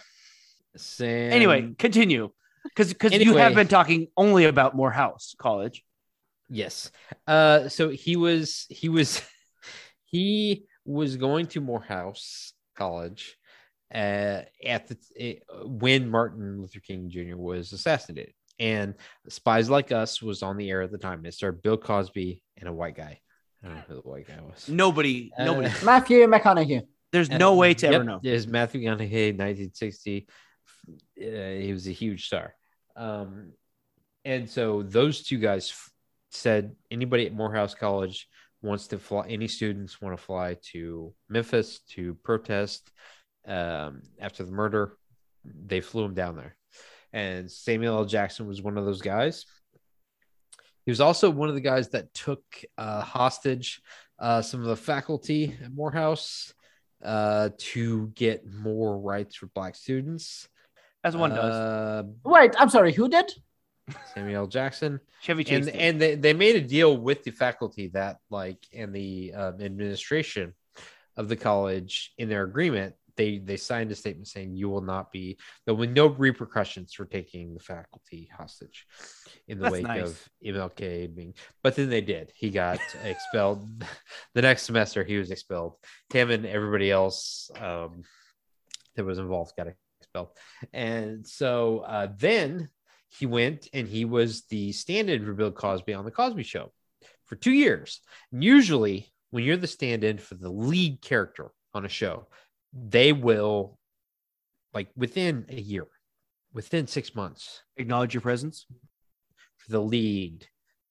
A: Sam.
B: Anyway, continue. Because because you
A: Anyway.
B: have been talking only about Morehouse College.
A: Yes. Uh, so he was he was he was going to Morehouse College uh, at the eh, when Martin Luther King Jr. was assassinated, and Spies Like Us was on the air at the time. and It starred Bill Cosby and a white guy. I don't know who the white guy was.
B: Nobody,
A: Uh,
B: nobody.
C: Matthew McConaughey.
B: There's no way to
A: Yep,
B: ever know.
A: There's Matthew McConaughey, 1960. Uh, he was a huge star. Um, and so those two guys f- said anybody at Morehouse College wants to fly, any students want to fly to Memphis to protest um, after the murder, they flew him down there. And Samuel L. Jackson was one of those guys. He was also one of the guys that took uh, hostage uh, some of the faculty at Morehouse uh, to get more rights for black students.
B: As one does.
A: Uh,
C: Wait, I'm sorry. Who did?
A: Samuel L. Jackson.
B: Chevy
A: and
B: Chase. did.
A: and they, they made a deal with the faculty that like and the um, administration of the college in their agreement they they signed a statement saying you will not be there will be no repercussions for taking the faculty hostage in the
B: That's
A: wake
B: nice.
A: of MLK being but then they did he got expelled the next semester he was expelled him and everybody else um, that was involved got expelled and so uh, then he went and he was the stand-in for Bill Cosby on the Cosby Show for two years. And usually, when you're the stand-in for the lead character on a show, they will like within a year within six months
B: Acknowledge your presence.
A: for the lead,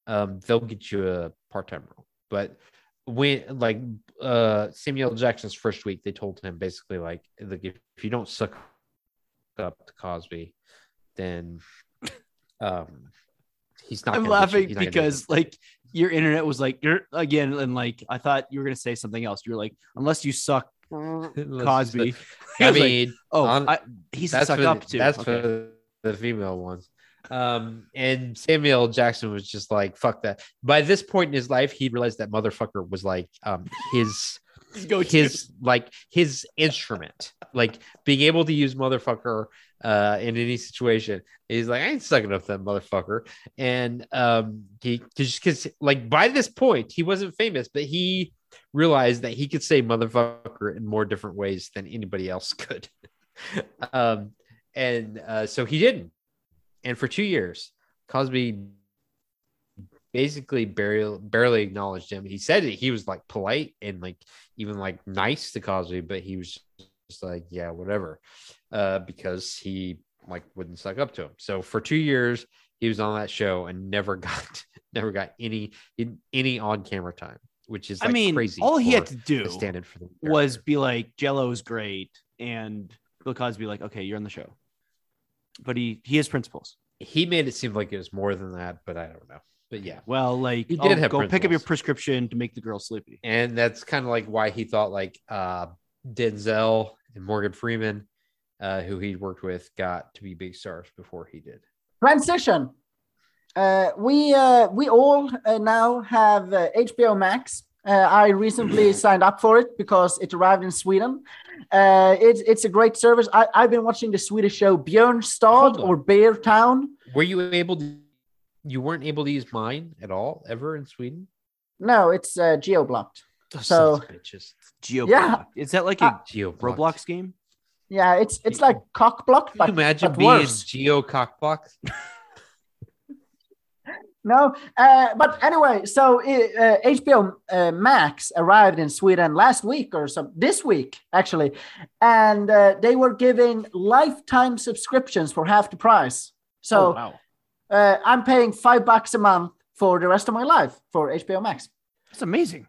A: um, they'll get you a part time role. But when like uh, Samuel L. Jackson's first week, they told him basically like, like if, if you don't suck up to Cosby, then um, he's not.
B: I'm
A: gonna get you-
B: laughing
A: he's not gonna do
B: because like your internet was like you're again and like I thought you were gonna say something else. You're like unless you suck
A: it. Let's-
B: Cosby. I
A: I
B: was like,
A: mean,
B: oh,
A: hon-
B: I, he's
A: that's
B: sucked
A: for
B: up
A: the,
B: to.
A: That's
B: Okay.
A: for the female ones. Um, and Samuel L. Jackson was just like, "Fuck that." By this point in his life, he realized that motherfucker was like um, his
B: go
A: his like his instrument, like being able to use motherfucker uh, in any situation. He's like, "I ain't sucking up to that motherfucker," and um, he just because like by this point he wasn't famous, but he realized that he could say motherfucker in more different ways than anybody else could. um, and uh, so he didn't. And for two years, Cosby basically barely, barely acknowledged him. He said that he was like polite and like even like nice to Cosby, but he was just like, yeah, whatever, uh, because he like wouldn't suck up to him. So for two years, he was on that show and never got never got any any on camera time, which is
B: I
A: like
B: mean,
A: crazy.
B: all he had
A: for
B: to
A: a
B: do
A: standard for the
B: was be like Jello's great, and Bill Cosby like okay, you're on the show, but he he has principles.
A: he made it seem like it was more than that, but I don't know. But yeah,
B: Well, like
A: He did
B: oh,
A: have
B: go pick up your
A: principles.
B: prescription to make the girl sleepy.
A: and that's kind of like why he thought like uh Denzel and Morgan Freeman, uh, who he worked with, got to be big stars before he did.
C: Transition. Uh, we uh, we all uh, now have uh, HBO Max. Uh, I recently signed up for it because it arrived in Sweden. Uh, it's it's a great service. I, I've been watching the Swedish show Björn Stad
A: Hold on.
C: or Bear Town.
A: Were you able to? You weren't able to use mine at all ever in Sweden.
C: No, it's uh, geo blocked.
A: Those
C: So-
A: sons of bitches.
B: Geo
C: Yeah.
B: is that like a
A: Geo
B: Roblox game?
C: Yeah, it's it's like cock blocked,
A: Can
C: but
A: you imagine
C: but
A: being
C: worse.
A: Geo Cockbox?
C: No, uh, but anyway, so uh, HBO uh, Max arrived in Sweden last week or so, this week actually, and uh, they were giving lifetime subscriptions for half the price.
B: oh,
C: So
B: wow,
C: uh, I'm paying five bucks a month for the rest of my life for HBO Max.
B: that's amazing.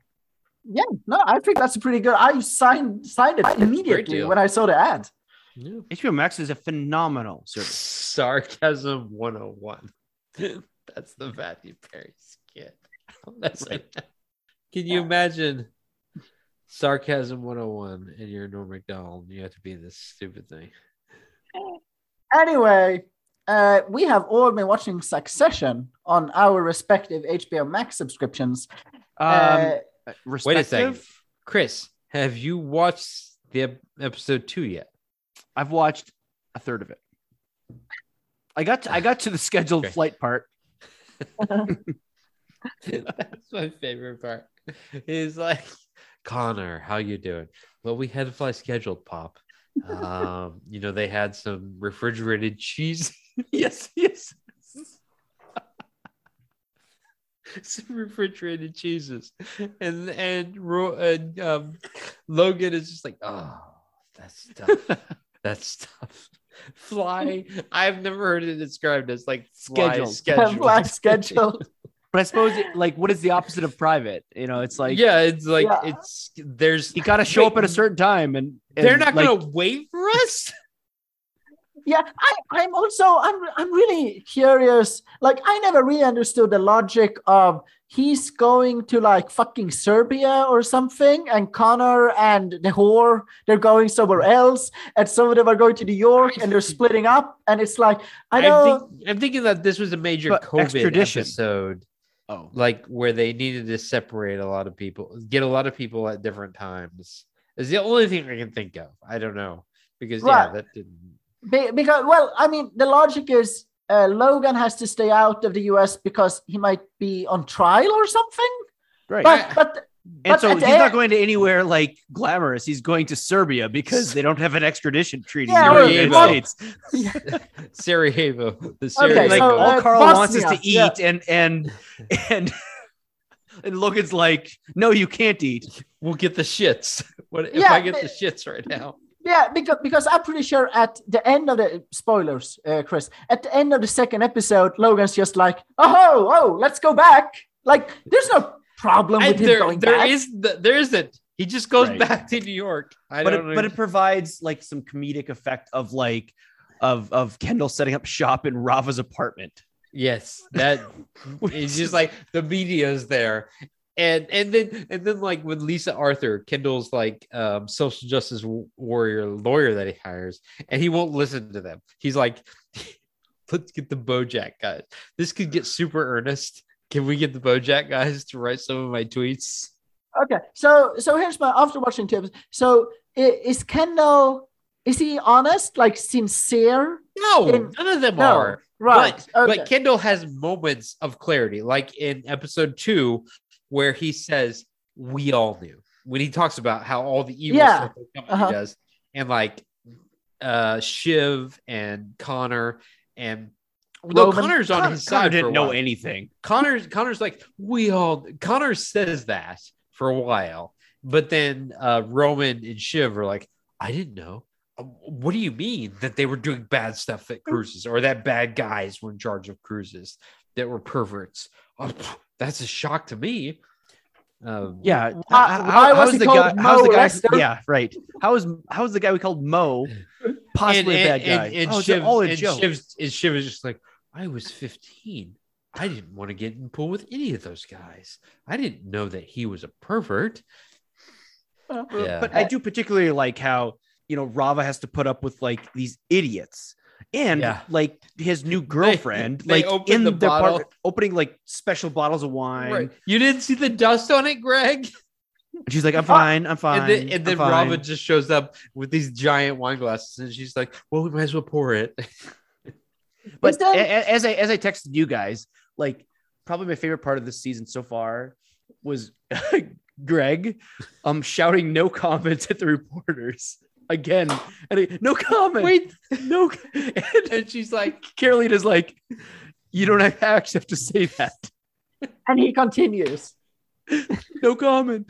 C: Yeah, no, I think that's pretty good. I signed signed it immediately
A: deal.
C: when I saw the ad.
A: Yeah.
B: HBO Max is a phenomenal service.
A: Sarcasm 101. That's the Matthew Perry skit. That's Can you imagine sarcasm 101 and you're Norm McDonald? and You have to be this stupid thing.
C: Anyway, uh, we have all been watching Succession on our respective HBO Max subscriptions.
B: Um,
C: Uh,
A: Wait a second.
B: respective-
A: Chris, have you watched the ep- episode two yet?
B: I've watched a third of it. I got to, I got to the scheduled
A: Okay.
B: flight part.
A: That's my favorite part. He's like, Connor, how you doing? Well, we had a fly scheduled, Pop. Um, you know, they had some refrigerated cheese. yes, yes. some refrigerated cheeses. And and, Ro- and um, Logan is just like, oh, that's tough. that's tough. Fly. I've never heard it described as like fly
B: Scheduled.
A: scheduled.
C: Black schedule.
B: But I suppose it- like what is the opposite of private? You know, it's like
A: yeah it's like
C: Yeah.
A: it's there's
B: you got to show up at a
A: Wait,
B: certain time, and, and,
A: they're not
B: like,
A: gonna wait for us
C: yeah I, i'm also I'm, I'm really curious like i never really understood the logic of he's going to like fucking serbia or something and connor and the whore they're going somewhere else and some of them are going to new york and they're splitting up and it's like i
A: am
C: don't
A: think, I'm thinking that this was a major
B: But
A: covid
B: extradition.
A: episode
B: Oh,
A: like where they needed to separate a lot of people get a lot of people at different times is the only thing i can think of i don't know because yeah
C: Right.
A: that didn't
C: Be- because well i mean the logic is uh, logan has to stay out of the us because he might be on trial or something
B: right.
C: but but
B: and
C: but
B: so
C: at
B: he's
C: the
B: not
C: end-
B: going to anywhere like glamorous. He's going to Serbia because they don't have an extradition treaty
C: Yeah,
B: in
A: or-
B: the United
A: well-
B: States.
A: sarajevo the
C: Okay,
A: sarajevo
B: like
C: so,
B: all
C: uh,
B: Carl wants is to
C: Bosnia,
B: eat, and and and and Logan's like, no, you can't eat.
A: we'll get the shits what if
C: Yeah,
A: i get
C: but-
A: the shits right now
C: Yeah, because because I'm pretty sure at the end of the spoilers, uh, Chris, at the end of the second episode, Logan's just like, oh, oh, let's go back. Like, there's no problem
A: I,
C: with him
A: there,
C: going
A: there
C: back.
A: is the, there isn't. He just goes
B: Right.
A: back to New York. I
B: but
A: don't.
B: it, but it provides like some comedic effect of like of of Kendall setting up shop in Rava's apartment.
A: yes, that it's just like the media is there, and and then and then like with Lisa Arthur, Kendall's like um, social justice w- warrior lawyer that he hires, and he won't listen to them. He's like, let's get the BoJack guys. This could get super earnest. Can we get the BoJack guys to write some of my tweets?
C: Okay, so so here's my after watching tips. So i- is Kendall is he honest, like sincere?
A: No,
C: In-
A: none of them
C: No,
A: are.
C: Right.
A: But,
C: okay.
A: but Kendall has moments of clarity, like in episode two, where he says, We all knew. When he talks about how all the evil
C: Yeah.
A: stuff the company
C: Uh-huh.
A: does, and like uh Shiv and Connor and no,
C: Roman-
A: Connor's on his
B: Connor
A: side. for a
B: didn't know
A: while.
B: anything.
A: Connor's Connor's like we all Connor says that for a while, but then uh, Roman and Shiv are like, I didn't know. Uh, What do you mean that they were doing bad stuff at cruises or that bad guys were in charge of cruises that were perverts? Oh, pff, that's a shock to me. Um,
B: Yeah.
C: Why-
B: how-
C: why
B: how-
C: was
B: how's
C: he
B: the guy?
C: called
B: How's the
C: Mo Lester?
B: guy? Yeah, right. How is how's the guy we called Mo possibly
A: and,
B: a bad guy?
A: And, and
B: oh, it's
A: Shiv,
B: all a
A: and
B: joke.
A: Shiv's, and Shiv is just like, I was 15. I didn't want to get in the pool with any of those guys. I didn't know that he was a pervert.
C: Uh,
A: Yeah.
B: But I do particularly like how you know Rava has to put up with like these idiots and
A: Yeah.
B: like his new girlfriend,
A: they
B: like
A: open
B: in
A: the
B: the their
A: bottle.
B: apartment, opening like special bottles of wine.
A: Right. You didn't see the dust on it, Greg?
B: And she's like, "I'm fine, I'm fine."
A: and then, and then
B: I'm fine."
A: Robin just shows up with these giant wine glasses and she's like, well, we might as well pour it.
B: But
C: Is that-
B: a- a- as I as I texted you guys, like probably my favorite part of this season so far was Greg um shouting no comments at the reporters again. And he, no comment.
A: Wait.
B: no. co-" And
A: And she's like,
B: Caroline is like, you don't have actually have to say that.
C: and he continues.
B: No comment.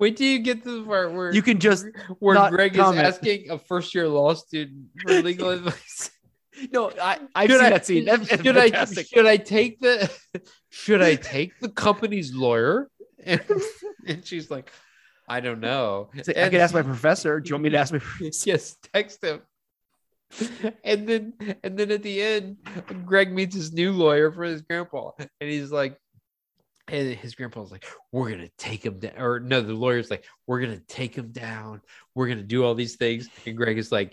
A: wait till you get to the part where,
B: You can just
A: where
B: not
A: Greg
B: comment.
A: is asking a first year law student for legal advice.
B: no. I I've
A: Should
B: seen
A: I-
B: that scene. That's, that's
A: should I
B: fantastic.
A: should I take the should I take the company's lawyer? And, and she's like, I don't know.
B: It's like, I
A: And-
B: could ask my professor. Do you want me to ask my
A: yes, text him. And then and then at the end, Greg meets his new lawyer for his grandpa. And he's like, and his grandpa's like, we're gonna take him down. Or no, the lawyer's like, we're gonna take him down, we're gonna do all these things. And Greg is like,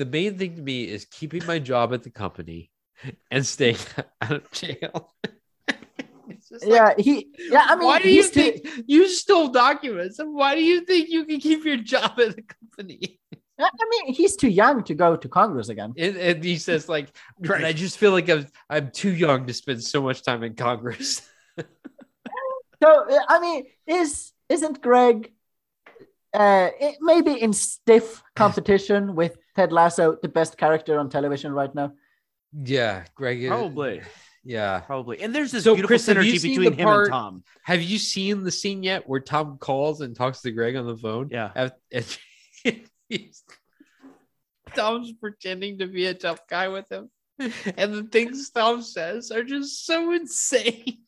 A: the main thing to me is keeping my job at the company and staying out of jail. It's just like,
C: yeah, he. Yeah, I mean,
A: why do you
C: he's too-
A: think you stole documents? And why do you think you can keep your job at the company?
C: I mean, he's too young to go to Congress again.
A: And, and he says, like, "But
B: Right.
A: I just feel like I'm, I'm too young to spend so much time in Congress.
C: So uh, I mean, is isn't Greg uh, it- maybe in stiff competition with Ted Lasso, the best character on television right now?
A: yeah, Greg. is-
B: Probably.
A: Yeah.
B: Probably. And there's this
A: So,
B: beautiful
A: Chris, have you
B: synergy
A: seen
B: between
A: the
B: him
A: part-
B: and Tom.
A: Have you seen the scene yet where Tom calls and talks to Greg on the phone?
B: Yeah.
A: Af- and he's- Tom's pretending to be a tough guy with him. And the things Tom says are just so insane.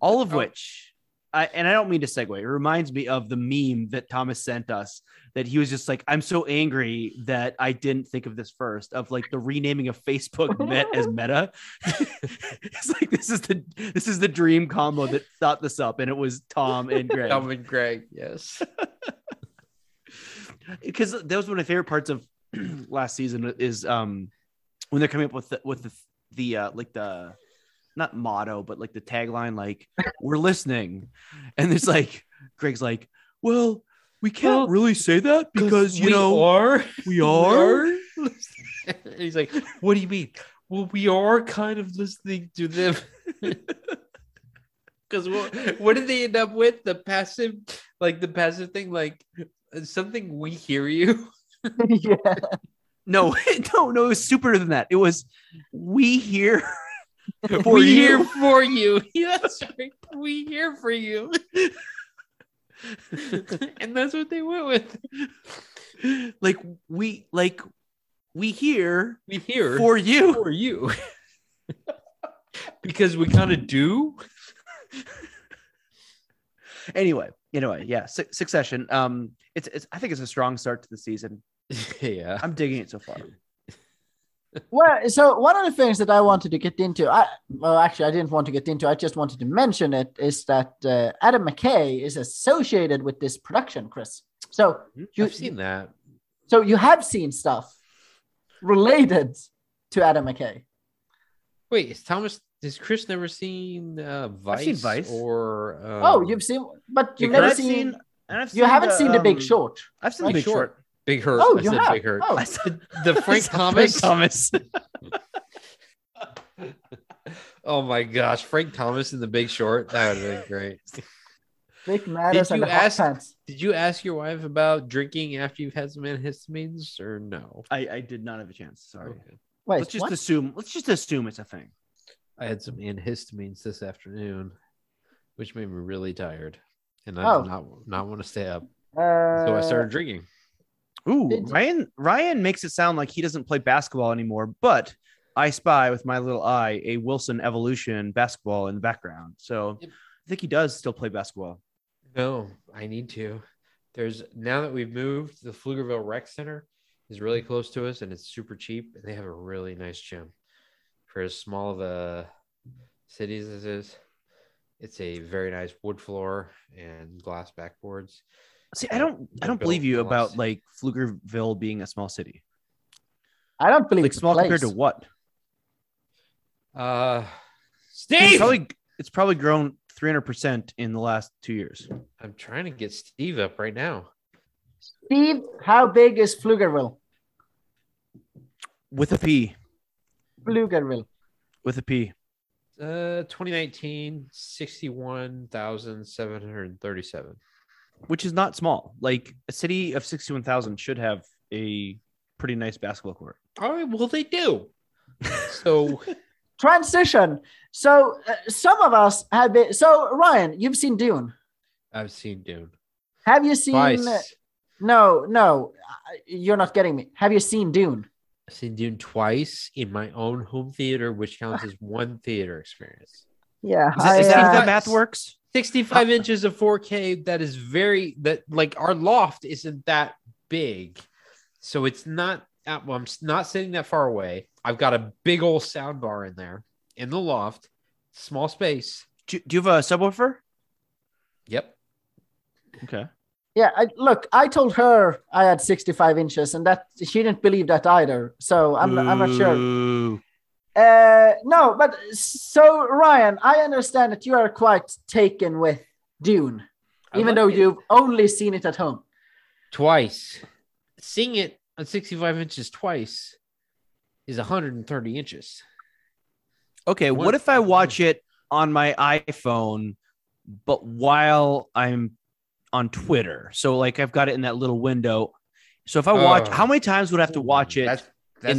B: All of
A: Oh.
B: which, I, and I don't mean to segue, it reminds me of the meme that Thomas sent us that he was just like, I'm so angry that I didn't think of this first of like the renaming of Facebook Met as Meta. it's like, this is the, this is the dream combo that thought this up. And it was Tom and Greg.
A: Tom and Greg, yes.
B: because that was one of my favorite parts of last season is um when they're coming up with the, with the the uh, like the not motto but like the tagline like we're listening and it's like Greg's like well we can't
A: Well,
B: really say that because you
A: we
B: know
A: are.
B: we are
A: And he's like, "What do you mean? Well, we are kind of listening to them." Because what, what did they end up with? The passive, like the passive thing, like uh, something we hear you.
C: yeah.
B: no no no it was super than that it was we hear for
A: we
B: you
A: hear for you. Yeah, that's right. We hear for you. and that's what they went with.
B: like we like we here
A: we here
B: for you.
A: for you because we kind of do.
B: Anyway, anyway, yeah, su- Succession. Um, it's, it's I think it's a strong start to the season.
A: yeah.
B: I'm digging it so far.
C: Well, so one of the things that I wanted to get into, I well, actually, I didn't want to get into. I just wanted to mention it is that uh, Adam McKay is associated with this production, Chris. So you
A: I've seen that.
C: so you have seen stuff related to Adam McKay.
A: Wait, is Thomas? Has Chris never seen uh, Vice?
B: seen Vice.
A: or um,
C: oh, you've seen, but you've
A: because
C: never
A: I've
C: seen.
B: and I've
C: you haven't seen The Big
B: um,
C: Short.
B: I've seen
A: Big
B: the Big Short.
A: Short. Big Hurt.
C: Oh,
A: I
C: you
A: said
C: have.
A: Big Hurt.
C: Oh,
B: I saw-
A: The Frank Thomas.
B: Thomas.
A: Oh my gosh, Frank Thomas in The Big Short. That would have been great.
C: Vic Matters and
A: you
C: the Hot
A: ask-
C: Pants.
A: Did you ask your wife about drinking after you've had some antihistamines or no?
B: I, I did not have a chance. Sorry.
A: Okay.
C: Wait,
B: let's just
C: what?
B: assume. Let's just assume it's a thing.
A: I had some antihistamines this afternoon, which made me really tired, and I
C: Oh.
A: did not not want to stay up,
C: uh,
A: so I started drinking.
B: Ooh,
C: Did-
B: Ryan. Ryan makes it sound like he doesn't play basketball anymore, but I spy with my little eye a Wilson Evolution basketball in the background. So
A: Yep.
B: I think he does still play basketball.
A: No, I need to. There's now that we've moved, the Pflugerville Rec Center is really close to us and it's super cheap. And they have a really nice gym for as small of a city as this is. It's a very nice wood floor and glass backboards.
B: See, I don't,
A: They're
B: I don't believe
A: built
B: you
A: for
B: about
A: us.
B: like Pflugerville being a small city.
C: I don't believe
B: Like
C: the
B: small compared to
C: place.
B: what?
A: Uh,
B: It's
A: Steve,
B: probably, it's probably grown three hundred percent in the last two years.
A: I'm trying to get Steve up right now.
C: Steve, how big is Pflugerville?
B: With a P,
C: Pflugerville.
B: with a P.
A: Uh, 2019, 61,737.
B: which is not small. Like a city of 61,000 should have a pretty nice basketball court.
A: All right, well, they do. So,
C: Transition. So uh, some of us have been. So Ryan, you've seen Dune.
A: I've seen Dune.
C: Have you seen?
A: Twice.
C: No, no, I- you're not getting me. Have you seen Dune?
A: I've seen Dune twice in my own home theater, which counts as one theater experience.
C: Yeah.
B: Is, that, is
A: I,
B: that
A: uh,
B: how that math works?
A: 65 inches of 4K, that is very, that like our loft isn't that big. So it's not, uh, well, I'm s- not sitting that far away. I've got a big old sound bar in there in the loft, small space.
B: Do, do you have a subwoofer?
A: Yep.
B: Okay.
C: yeah. I, look, I told her I had 65 inches, and that she didn't believe that either. So I'm, I'm not sure.
B: Ooh.
C: Uh, no, but so Ryan, I understand that you are quite taken with Dune,
A: I
C: even
A: like
C: though
A: it.
C: you've only seen it at home.
A: twice. Seeing it at 65 inches twice is 130 inches.
B: Okay.
A: One-
B: What if I watch it on my iPhone, but while I'm on Twitter? So, like, I've got it in that little window. So, if I watch,
A: Oh.
B: how many times would I have to watch it
A: That's-
B: in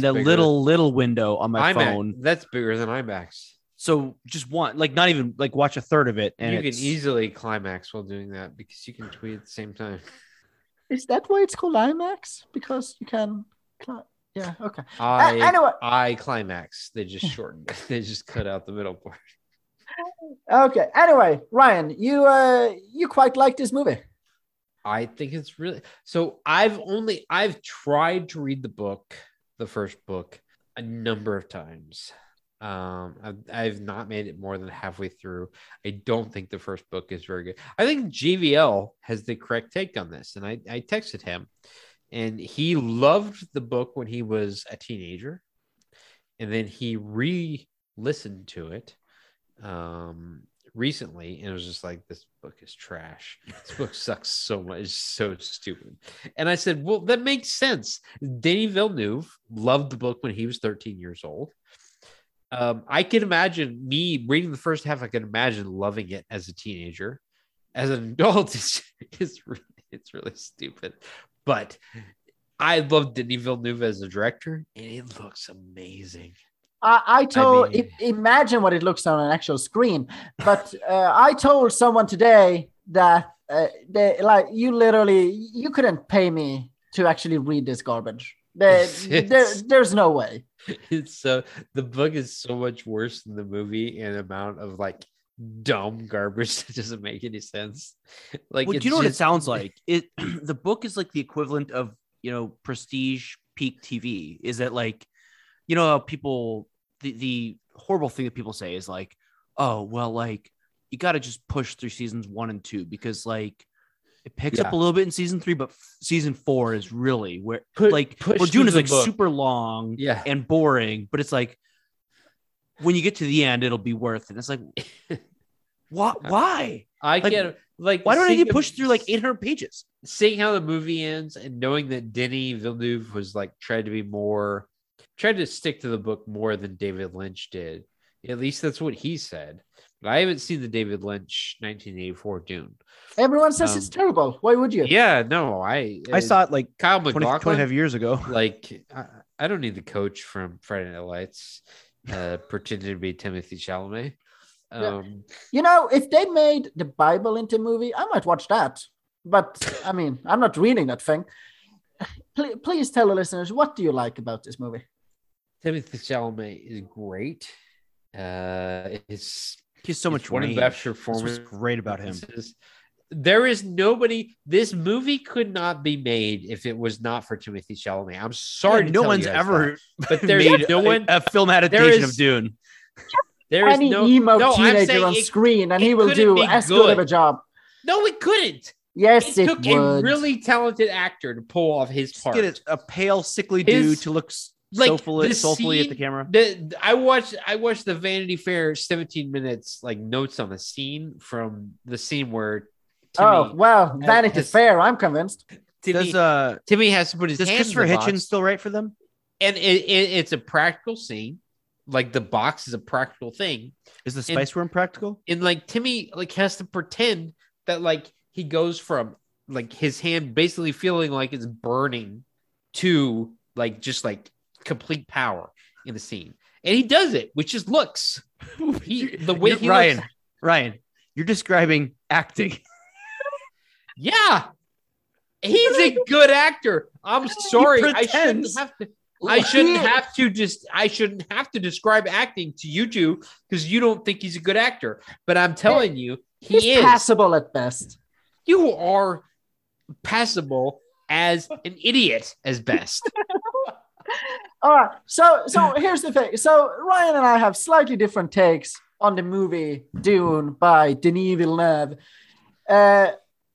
A: that's
B: the
A: bigger
B: little, little window on
A: than
B: my
A: IMAX.
B: phone?
A: That's bigger than IMAX.
B: So, just one, like, not even like watch a third of it. And
A: you can
B: it's-
A: easily climax while doing that because you can tweet at the same time.
C: Is that why it's called IMAX? Because you can. cli- Yeah. Okay. A-
A: I
C: anyway,
A: I climax. They just shortened. it. they just cut out the middle part.
C: okay. Anyway, Ryan, you uh, you quite like this movie.
A: I think it's really so. I've only I've tried to read the book, the first book, a number of times. Um, I've, I've not made it more than halfway through. I don't think the first book is very good. I think GVL has the correct take on this, and I I texted him, and he loved the book when he was a teenager, and then he re-listened to it, um, recently, and it was just like this book is trash this book sucks so much. It's so stupid. And I said, well, that makes sense. Danny Villeneuve loved the book when he was 13 years old. Um, I can imagine me reading the first half. I can imagine loving it as a teenager. As an adult, it's it's really, it's really stupid. But I love Denis Villeneuve as a director, and it looks amazing.
C: I, I told
A: mean-
C: i- imagine what it looks on an actual screen. But uh, I told someone today that uh, they like you literally you couldn't pay me to actually read this garbage. There, there,
A: It's-
C: there's no way.
A: It's so the book is so much worse than the movie in amount of like dumb garbage that doesn't make any sense. Like,
B: well, do
A: it's
B: you know what it
A: just-
B: sounds like? It the book is like the equivalent of you know prestige peak TV. Is that like you know how people the the horrible thing that people say is like, oh well, like you got to just push through seasons one and two because like it picks up
A: Yeah.
B: a little bit in season three, but f- season four is really where
A: Pu-
B: like
A: push
B: we're doing
A: through
B: is
A: the book.
B: like super long
A: Yeah.
B: and boring, but it's like when you get to the end, it'll be worth it. It's like, what? Why?
A: I
B: like,
A: can't like
B: Why don't I
A: seeing
B: get
A: the-
B: pushed through like 800 pages?
A: seeing how the movie ends and knowing that Denny Villeneuve was like tried to be more tried to stick to the book more than David Lynch did. At least that's what he said. But I haven't seen the David Lynch 1984 Dune.
C: Everyone says
A: Um,
C: it's terrible. Why would you?
A: Yeah, no, I uh,
B: I saw it like
A: Kyle
B: 20,
A: McLaughlin.
B: 25 years ago.
A: Like I, I don't need the coach from Friday Night Lights uh, pretending to be Timothy Chalamet.
C: Yeah.
A: Um,
C: You know, if they made the Bible into a movie, I might watch that. But I mean, I'm not reading that thing. Please, please tell the listeners what do you like about this movie?
A: Timothy Chalamet is great. Uh, it's
B: He's so
A: it's
B: much
A: one
B: range.
A: of the best
B: That's
A: performances
B: what's great about him.
A: performances. There is nobody. This movie could not be made if it was not for Timothy Chalamet. I'm sorry,
B: Yeah,
A: to tell
B: no
A: you
B: one's
A: guys
B: ever
A: that, but there's
B: made
A: no
B: a-
A: one.
B: a, film adaptation of
A: is-
B: Dune.
A: There is
C: Any
A: no
C: emo
A: no, I'm
C: teenager
A: saying
C: on
A: it-
C: screen, and
A: it
C: he will
A: couldn't
C: do
A: be
C: as good of
A: good.
C: a job.
A: No, it couldn't.
C: Yes,
A: It
C: it,
A: took a
C: would.
A: really talented actor to pull off his
B: Just
A: part.
B: get a, a pale, sickly
A: His-
B: dude to look s-
A: like,
B: soulfully,
A: the
B: soulfully at the
A: scene-
B: camera.
A: The, I watched I watched the Vanity Fair 17 minutes like notes on the scene from the scene where Timmy,
C: oh well,
A: Uh,
C: Vanity
A: has-
C: Fair. I'm convinced.
A: Timmy,
B: Does uh
A: Timmy has to put his
B: does
A: hand in
B: Christopher
A: the box.
B: Hitchens still write for them?
A: and it, it, it's a practical scene like the box is a practical thing
B: Is the Spice Worm practical?
A: and like timmy like has to pretend that like he goes from like his hand basically feeling like it's burning to like just like complete power in the scene and he does it which is looks he, the way
B: You're-
A: he
B: Ryan,
A: looks,
B: Ryan, you're describing acting.
A: yeah he's a good actor i'm sorry i shouldn't
B: pretends.
A: have to I shouldn't
C: He-
A: have to just I shouldn't have to describe acting to you two because you don't think he's a good actor. But I'm telling you, he
C: He's
A: is.
C: passable at best.
A: you are passable as an idiot as best.
C: All right. So, so here's the thing. So Ryan and I have slightly different takes on the movie Dune by Denis Villeneuve. Uh,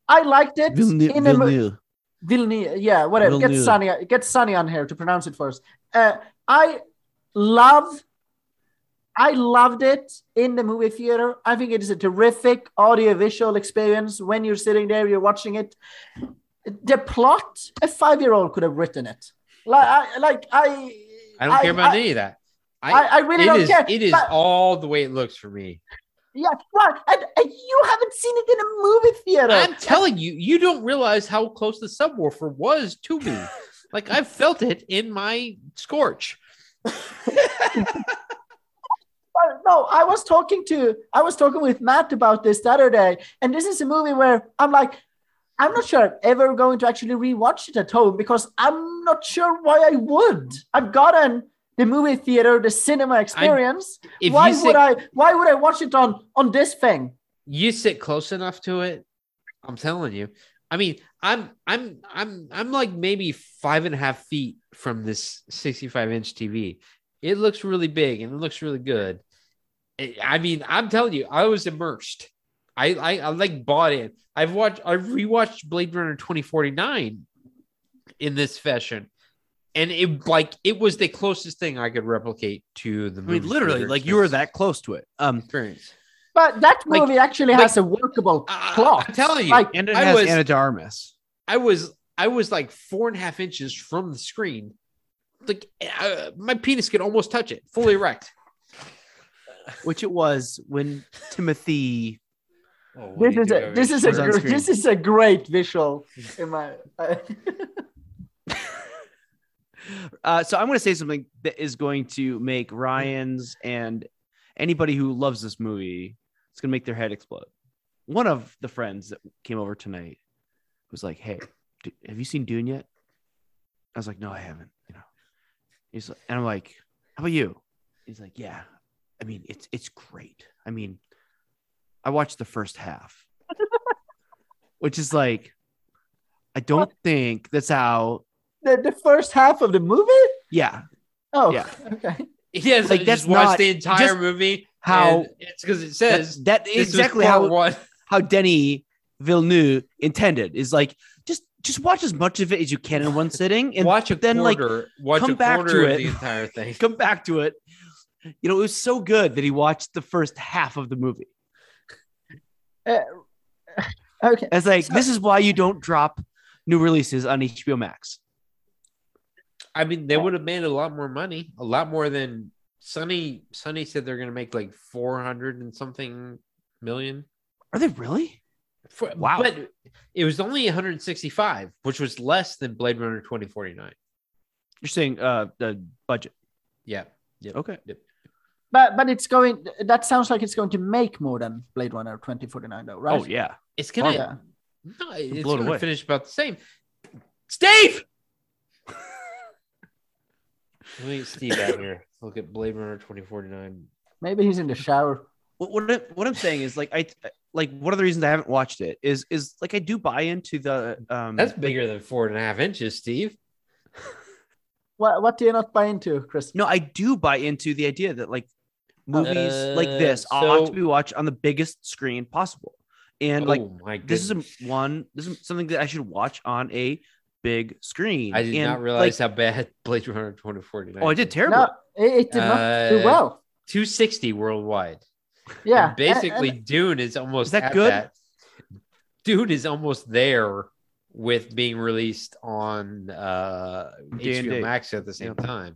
C: I liked it. in a mo- Villeneuve, yeah, whatever. Get
B: Villeneuve.
C: Sunny, get Sunny on here to pronounce it first. Uh, I love, I loved it in the movie theater. I think it is a terrific audiovisual experience. When you're sitting there, you're watching it. The plot, a five-year-old could have written it. Like, I, like I,
A: I don't care about any of that. I,
C: I, I really
A: it
C: don't
A: is-
C: care.
A: it is
C: but-
A: all the way it looks for me.
C: yeah, right. And, and you haven't seen it in a movie theater.
A: I'm telling you, you don't realize how close the subwoofer was to me. like I felt it in my scorch.
C: Uh, no, I was talking to I was talking with Matt about this the other day, and this is a movie where I'm like, I'm not sure I'm ever going to actually rewatch it at home because I'm not sure why I would. I've gotten the movie theater, the cinema experience.
A: If
C: why
A: you
C: would
A: sit
C: I? Why would I watch it on on this thing?
A: you sit close enough to it i'm telling you i mean i'm i'm i'm i'm like maybe five and a half feet from this 65 inch tv it looks really big and it looks really good I- i mean i'm telling you i was immersed i i, I like bought in i've watched i've rewatched blade runner 2049 in this fashion and it like it was the closest thing i could replicate to the
B: I
A: movie
B: mean, literally,
A: theater
B: like you were
A: experience-
B: that close to it. Um,
A: experience
C: But that
A: Like-
C: movie actually
A: like-
C: has a workable
A: I- I-
C: plot.
A: i'm telling you
C: Like,
B: and it
A: I
B: has
A: was-
B: Anna de Armas.
A: I was I was like four and a half inches from the screen, like uh, my penis could almost touch it, fully erect.
B: which it was when Timothy.
C: this is a this is a
B: It's on
C: gr-
B: screen.
C: this is a great visual. In my,
B: Uh, so I'm going to say something that is going to make Ryan's and anybody who loves this movie, it's going to make their head explode. One of the friends that came over tonight was like, "Hey, d- have you seen Dune yet?" I was like, no, I haven't. You know, he's like, and I'm like, how about you? He's like, yeah. I mean, it's it's great. I mean, I watched the first half, which is like, I don't think that's how.
C: The, the first half of the movie?
B: Yeah,
C: Oh,
B: Yeah.
C: okay.
A: Yeah, so
B: Like,
A: you
B: that's
A: just watch
B: not-
A: the entire
B: just
A: movie.
B: how-
A: and it's because it
B: that's
A: says
B: that
A: this was
B: exactly
A: part
B: how
A: one.
B: how Denny Villeneuve intended is like just just watch as much of it as you can in one sitting and
A: watch a
B: then, like,
A: quarter, watch
B: come
A: a
B: back
A: quarter
B: to
A: of
B: it.
A: the entire thing.
B: come back to it. You know, it was so good that he watched the first half of the movie.
C: Okay.
B: It's like
C: So-
B: this is why you don't drop new releases on HBO Max.
A: I mean, they would have made a lot more money, a lot more than Sonny. Sonny said they're going to make like four hundred and something million.
B: Are they really?
A: For,
B: Wow.
A: But it was only one hundred sixty-five, which was less than Blade Runner twenty forty-nine.
B: You're saying uh the budget.
A: Yeah,
B: Okay.
C: But but it's going that sounds like it's going to make more than Blade Runner 2049 though, right?
B: Oh yeah.
A: it's gonna.
C: Yeah.
A: No, it's
B: blown
A: gonna
B: away.
A: finish about the same. Steve. Let me get Steve out here. Look at Blade Runner twenty forty-nine.
C: Maybe he's in the shower.
B: What what, I, what I'm saying is like I like one of the reasons I haven't watched it is is like I do buy into the um
A: That's bigger than four and a half inches, Steve.
C: What what do you not buy into, Chris?
B: No, I do buy into the idea that like movies like
A: Uh,
B: this ought
A: so-
B: to be watched on the biggest screen possible. And like
A: oh my
B: this
A: goodness!
B: is a one this is something that I should watch on a big screen.
A: I did
B: And,
A: not realize how bad Blade Runner 2049.
B: like, Oh, I did terrible.
C: No, it, it did not do
A: Uh,
C: well.
A: 260 worldwide. And
C: Yeah. and-
A: basically,
C: and-
A: Dune is almost
B: Is that
A: at
B: good?
A: Dune is almost there with being released on uh, HBO
B: D&D.
A: Max at the same time.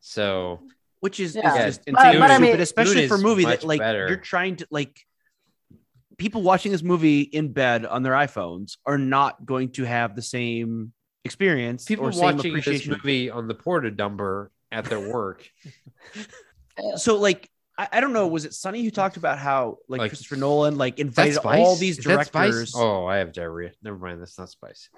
A: So
B: which is,
C: Yeah.
A: Yeah,
B: is just
A: but-
B: insane.
C: but I mean-
B: stupid, especially
A: Dune
B: for a
A: is
B: movie
A: much
B: that like
A: better.
B: you're trying to like people watching this movie in bed on their iPhones are not going to have the same experience
A: people
B: or same
A: watching this
B: appreciation.
A: movie on the porta dumber at their work,
B: So like I, I don't know, was it Sonny who talked about how like,
A: Like-
B: Christopher Nolan like
A: that's
B: invited
A: spice.
B: all these
A: Is that spice?
B: directors?
A: Oh, I have diarrhea. Never mind, that's not spice.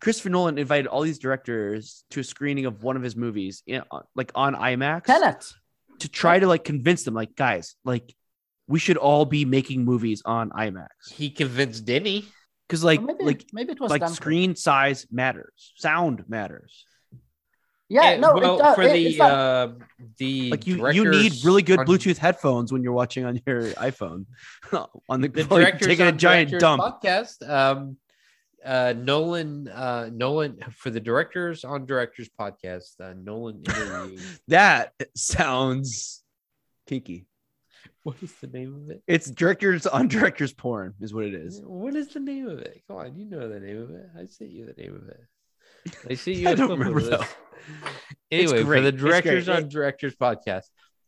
B: Christopher Nolan invited all these directors to a screening of one of his movies, in, like on IMAX,
C: Tenet.
B: to try to like convince them, like guys, like we should all be making movies on IMAX
A: He convinced Denny.
B: because like
C: maybe,
B: like
C: maybe it was
B: like
C: done.
B: screen size matters, sound matters.
C: Yeah,
A: Eh,
C: no,
A: well,
C: it, does-
A: for
C: it- it's
A: the
C: not-
A: uh, the
B: Like you, you need
A: directors
B: really good
A: on-
B: Bluetooth headphones when you're watching on your iPhone, on the,
A: The
B: while you're
A: directors
B: taking a
A: on
B: giant
A: Directors
B: dump.
A: podcast. Um, uh, Nolan, uh, Nolan for the directors on directors podcast. Uh, Nolan interviewed.
B: That sounds kinky.
A: what is the name of it?
B: It's directors on directors porn is what it is.
A: What is the name of it? Come on, you know the name of it. I sent you the name of it. I see you.
B: I
A: a
B: don't
A: clip of
B: remember,
A: this.
B: though. It's
A: Anyway, for
B: great.
A: the
B: It's great.
A: directors on
B: It-
A: directors podcast,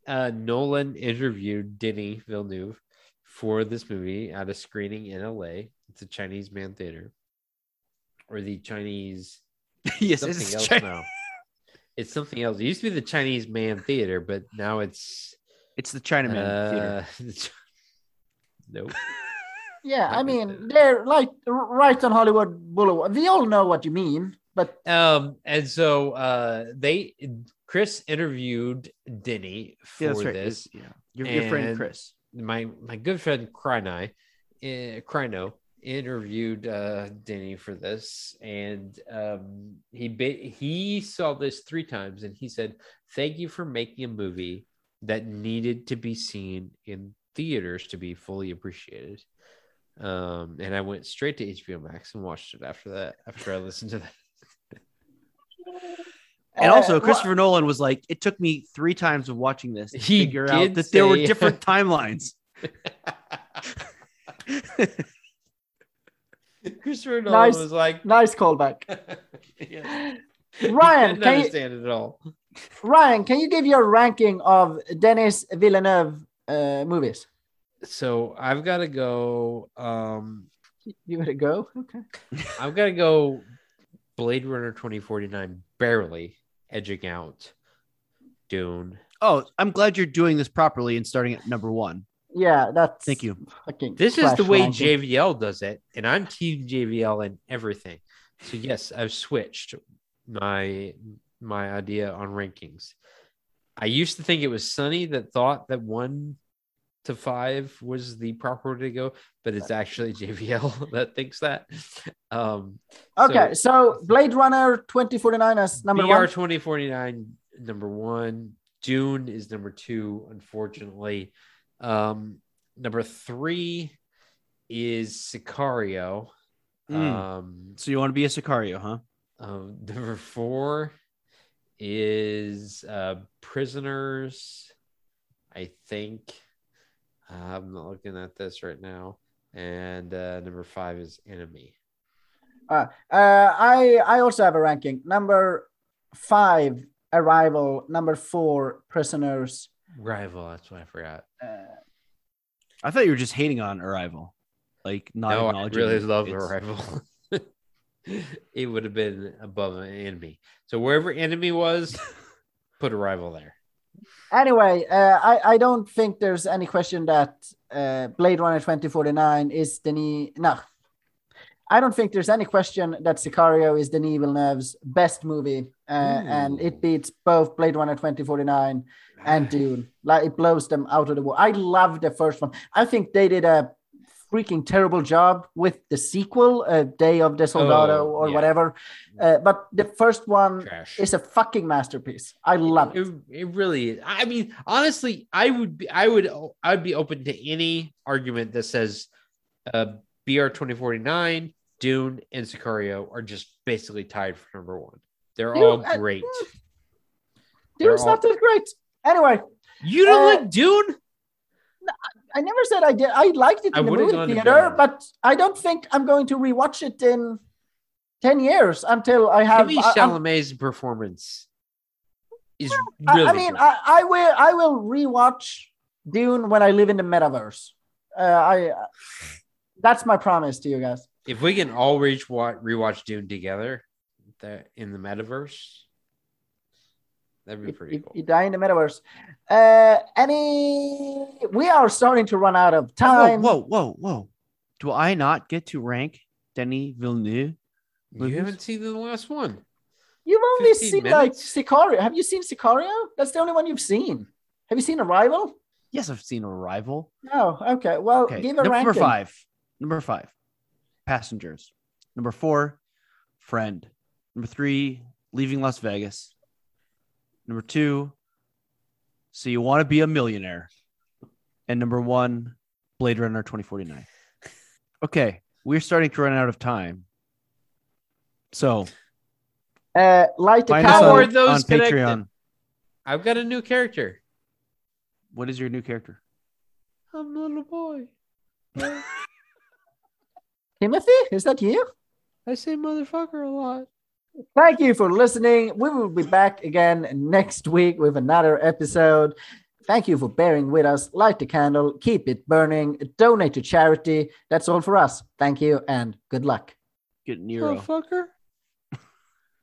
A: uh, Nolan interviewed Denny Villeneuve for this movie at a screening in LA. It's a Chinese man theater, or the Chinese
B: yes,
A: something
B: it's
A: else
B: Chi-
A: now. It's something else. It used to be the Chinese man theater, but now it's
B: It's the Chinaman theater.
A: uh, the Chi- nope.
C: yeah, I
A: like,
C: mean, they're like right on Hollywood Boulevard. We all know what you mean, but
A: Um, and so uh they Chris interviewed Denny for
B: Yeah, that's right.
A: this.
B: It's- yeah. Your, your friend
A: and-
B: Chris.
A: my my good friend Kryno, uh, Kryno interviewed uh, Denny for this, and um, he ba- he saw this three times, and he said, "Thank you for making a movie that needed to be seen in theaters to be fully appreciated." Um, and I went straight to HBO Max and watched it after that. After I listened to that,
B: And
C: uh,
B: also,
C: well,
B: Christopher Nolan was like, it took me three times of watching this to
A: He
B: figure
A: did
B: out that there were
A: say-
B: different timelines.
A: Christopher Nolan
C: Nice.
A: was like,
C: nice callback.
A: He
C: Ryan,
A: didn't
C: can you,
A: understand it at all.
C: Ryan, can you give your ranking of Dennis Villeneuve uh, movies?
A: so I've got to go. Um,
C: You gotta go. Okay.
A: I've got to go. Blade Runner twenty forty nine barely edging out Dune.
B: Oh, I'm glad you're doing this properly and starting at number one.
C: Yeah, that's
B: Thank you.
C: Fucking
A: This is the
C: trash
A: way
C: ranking.
A: JVL does it, and I'm Team JVL in everything. So yes, I've switched my my idea on rankings. I used to think it was Sunny that thought that one to five was the proper way to go, but it's actually JVL that thinks that. Um,
C: Okay, so, Blade Runner 2049 as number
A: BR
C: one.
A: twenty forty nine number one. Dune is number two, unfortunately. Um, number three is Sicario.
B: Mm.
A: Um,
B: so you want to be a Sicario, huh?
A: um, number four is uh, Prisoners. I think uh, I'm not looking at this right now. And uh, number five is Enemy.
C: Uh, I I also have a ranking. Number five, Arrival. Number four, Prisoners.
A: Rival. That's what I forgot.
C: Uh,
B: I thought you were just hating on Arrival, like not
A: no, I
B: acknowledging.
A: really
B: it.
A: love
B: It's-
A: Arrival. it would have been above Enemy. So wherever Enemy was, put Arrival there.
C: anyway, uh, I I don't think there's any question that uh, Blade Runner 2049 is Denis. No, I don't think there's any question that Sicario is Denis Villeneuve's best movie, uh, and
A: Ooh.
C: it beats both Blade Runner 2049 and Dune. Like it blows them out of the water. I love the first one. I think they did a freaking terrible job with the sequel, uh, Day of the Soldado
A: Oh,
C: or
A: yeah.
C: whatever. Uh, but the first one
A: Trash.
C: is a fucking masterpiece. I love it.
A: it, it really is. I mean, honestly, I would be, I would, I'd be open to any argument that says, uh, BR twenty forty nine, Dune, and Sicario are just basically tied for number one. They're
C: You-
A: all
C: uh,
A: great. They're
C: Dune's not
A: all-
C: that great. Anyway,
A: You don't
C: uh,
A: like Dune?
C: I never said I did. I liked it
A: I
C: in the
A: would've
C: movie
A: gone to
C: theater,
A: Dune.
C: but I don't think I'm going to rewatch it in ten years until I have.
A: Timmy
C: I- I'm-
A: Chalamet's performance is
C: I,
A: really.
C: I mean,
A: good.
C: I, I will. I will rewatch Dune when I live in the metaverse. Uh, I. That's my promise to you guys.
A: if we can all reach wa- rewatch Dune together, that in the metaverse, that'd be
C: If-
A: pretty
C: if
A: cool.
C: You die in the metaverse. Uh, any? We are starting to run out of
B: Whoa,
C: time.
B: whoa, whoa, whoa! Do I not get to rank Denis Villeneuve?
A: you haven't seen the last one.
C: You've only
A: 15
C: seen
A: minutes?
C: like Sicario. Have you seen Sicario? That's the only one you've seen. Have you seen Arrival?
B: Yes, I've seen Arrival.
C: No. Okay. Well,
B: Okay,
C: Oh, give a
B: number
C: ranking.
B: five. Number five, Passengers. Number four, Friend. Number three, Leaving Las Vegas. Number two, So You Want to Be a Millionaire. And number one, Blade Runner 2049. Okay, we're starting to run out of time. So
C: Uh, light the
B: find
A: how
B: us
A: are
C: power.
B: on,
A: those
B: on
A: connected?
B: Patreon.
A: I've got a new character.
B: What is your new character?
A: I'm a little boy.
C: Timothy, is that you?
A: I say motherfucker a lot.
C: Thank you for listening. We will be back again next week with another episode. Thank you for bearing with us. Light the candle, keep it burning, donate to charity. That's all for us. Thank you and good luck.
B: Get Nero.
A: Motherfucker.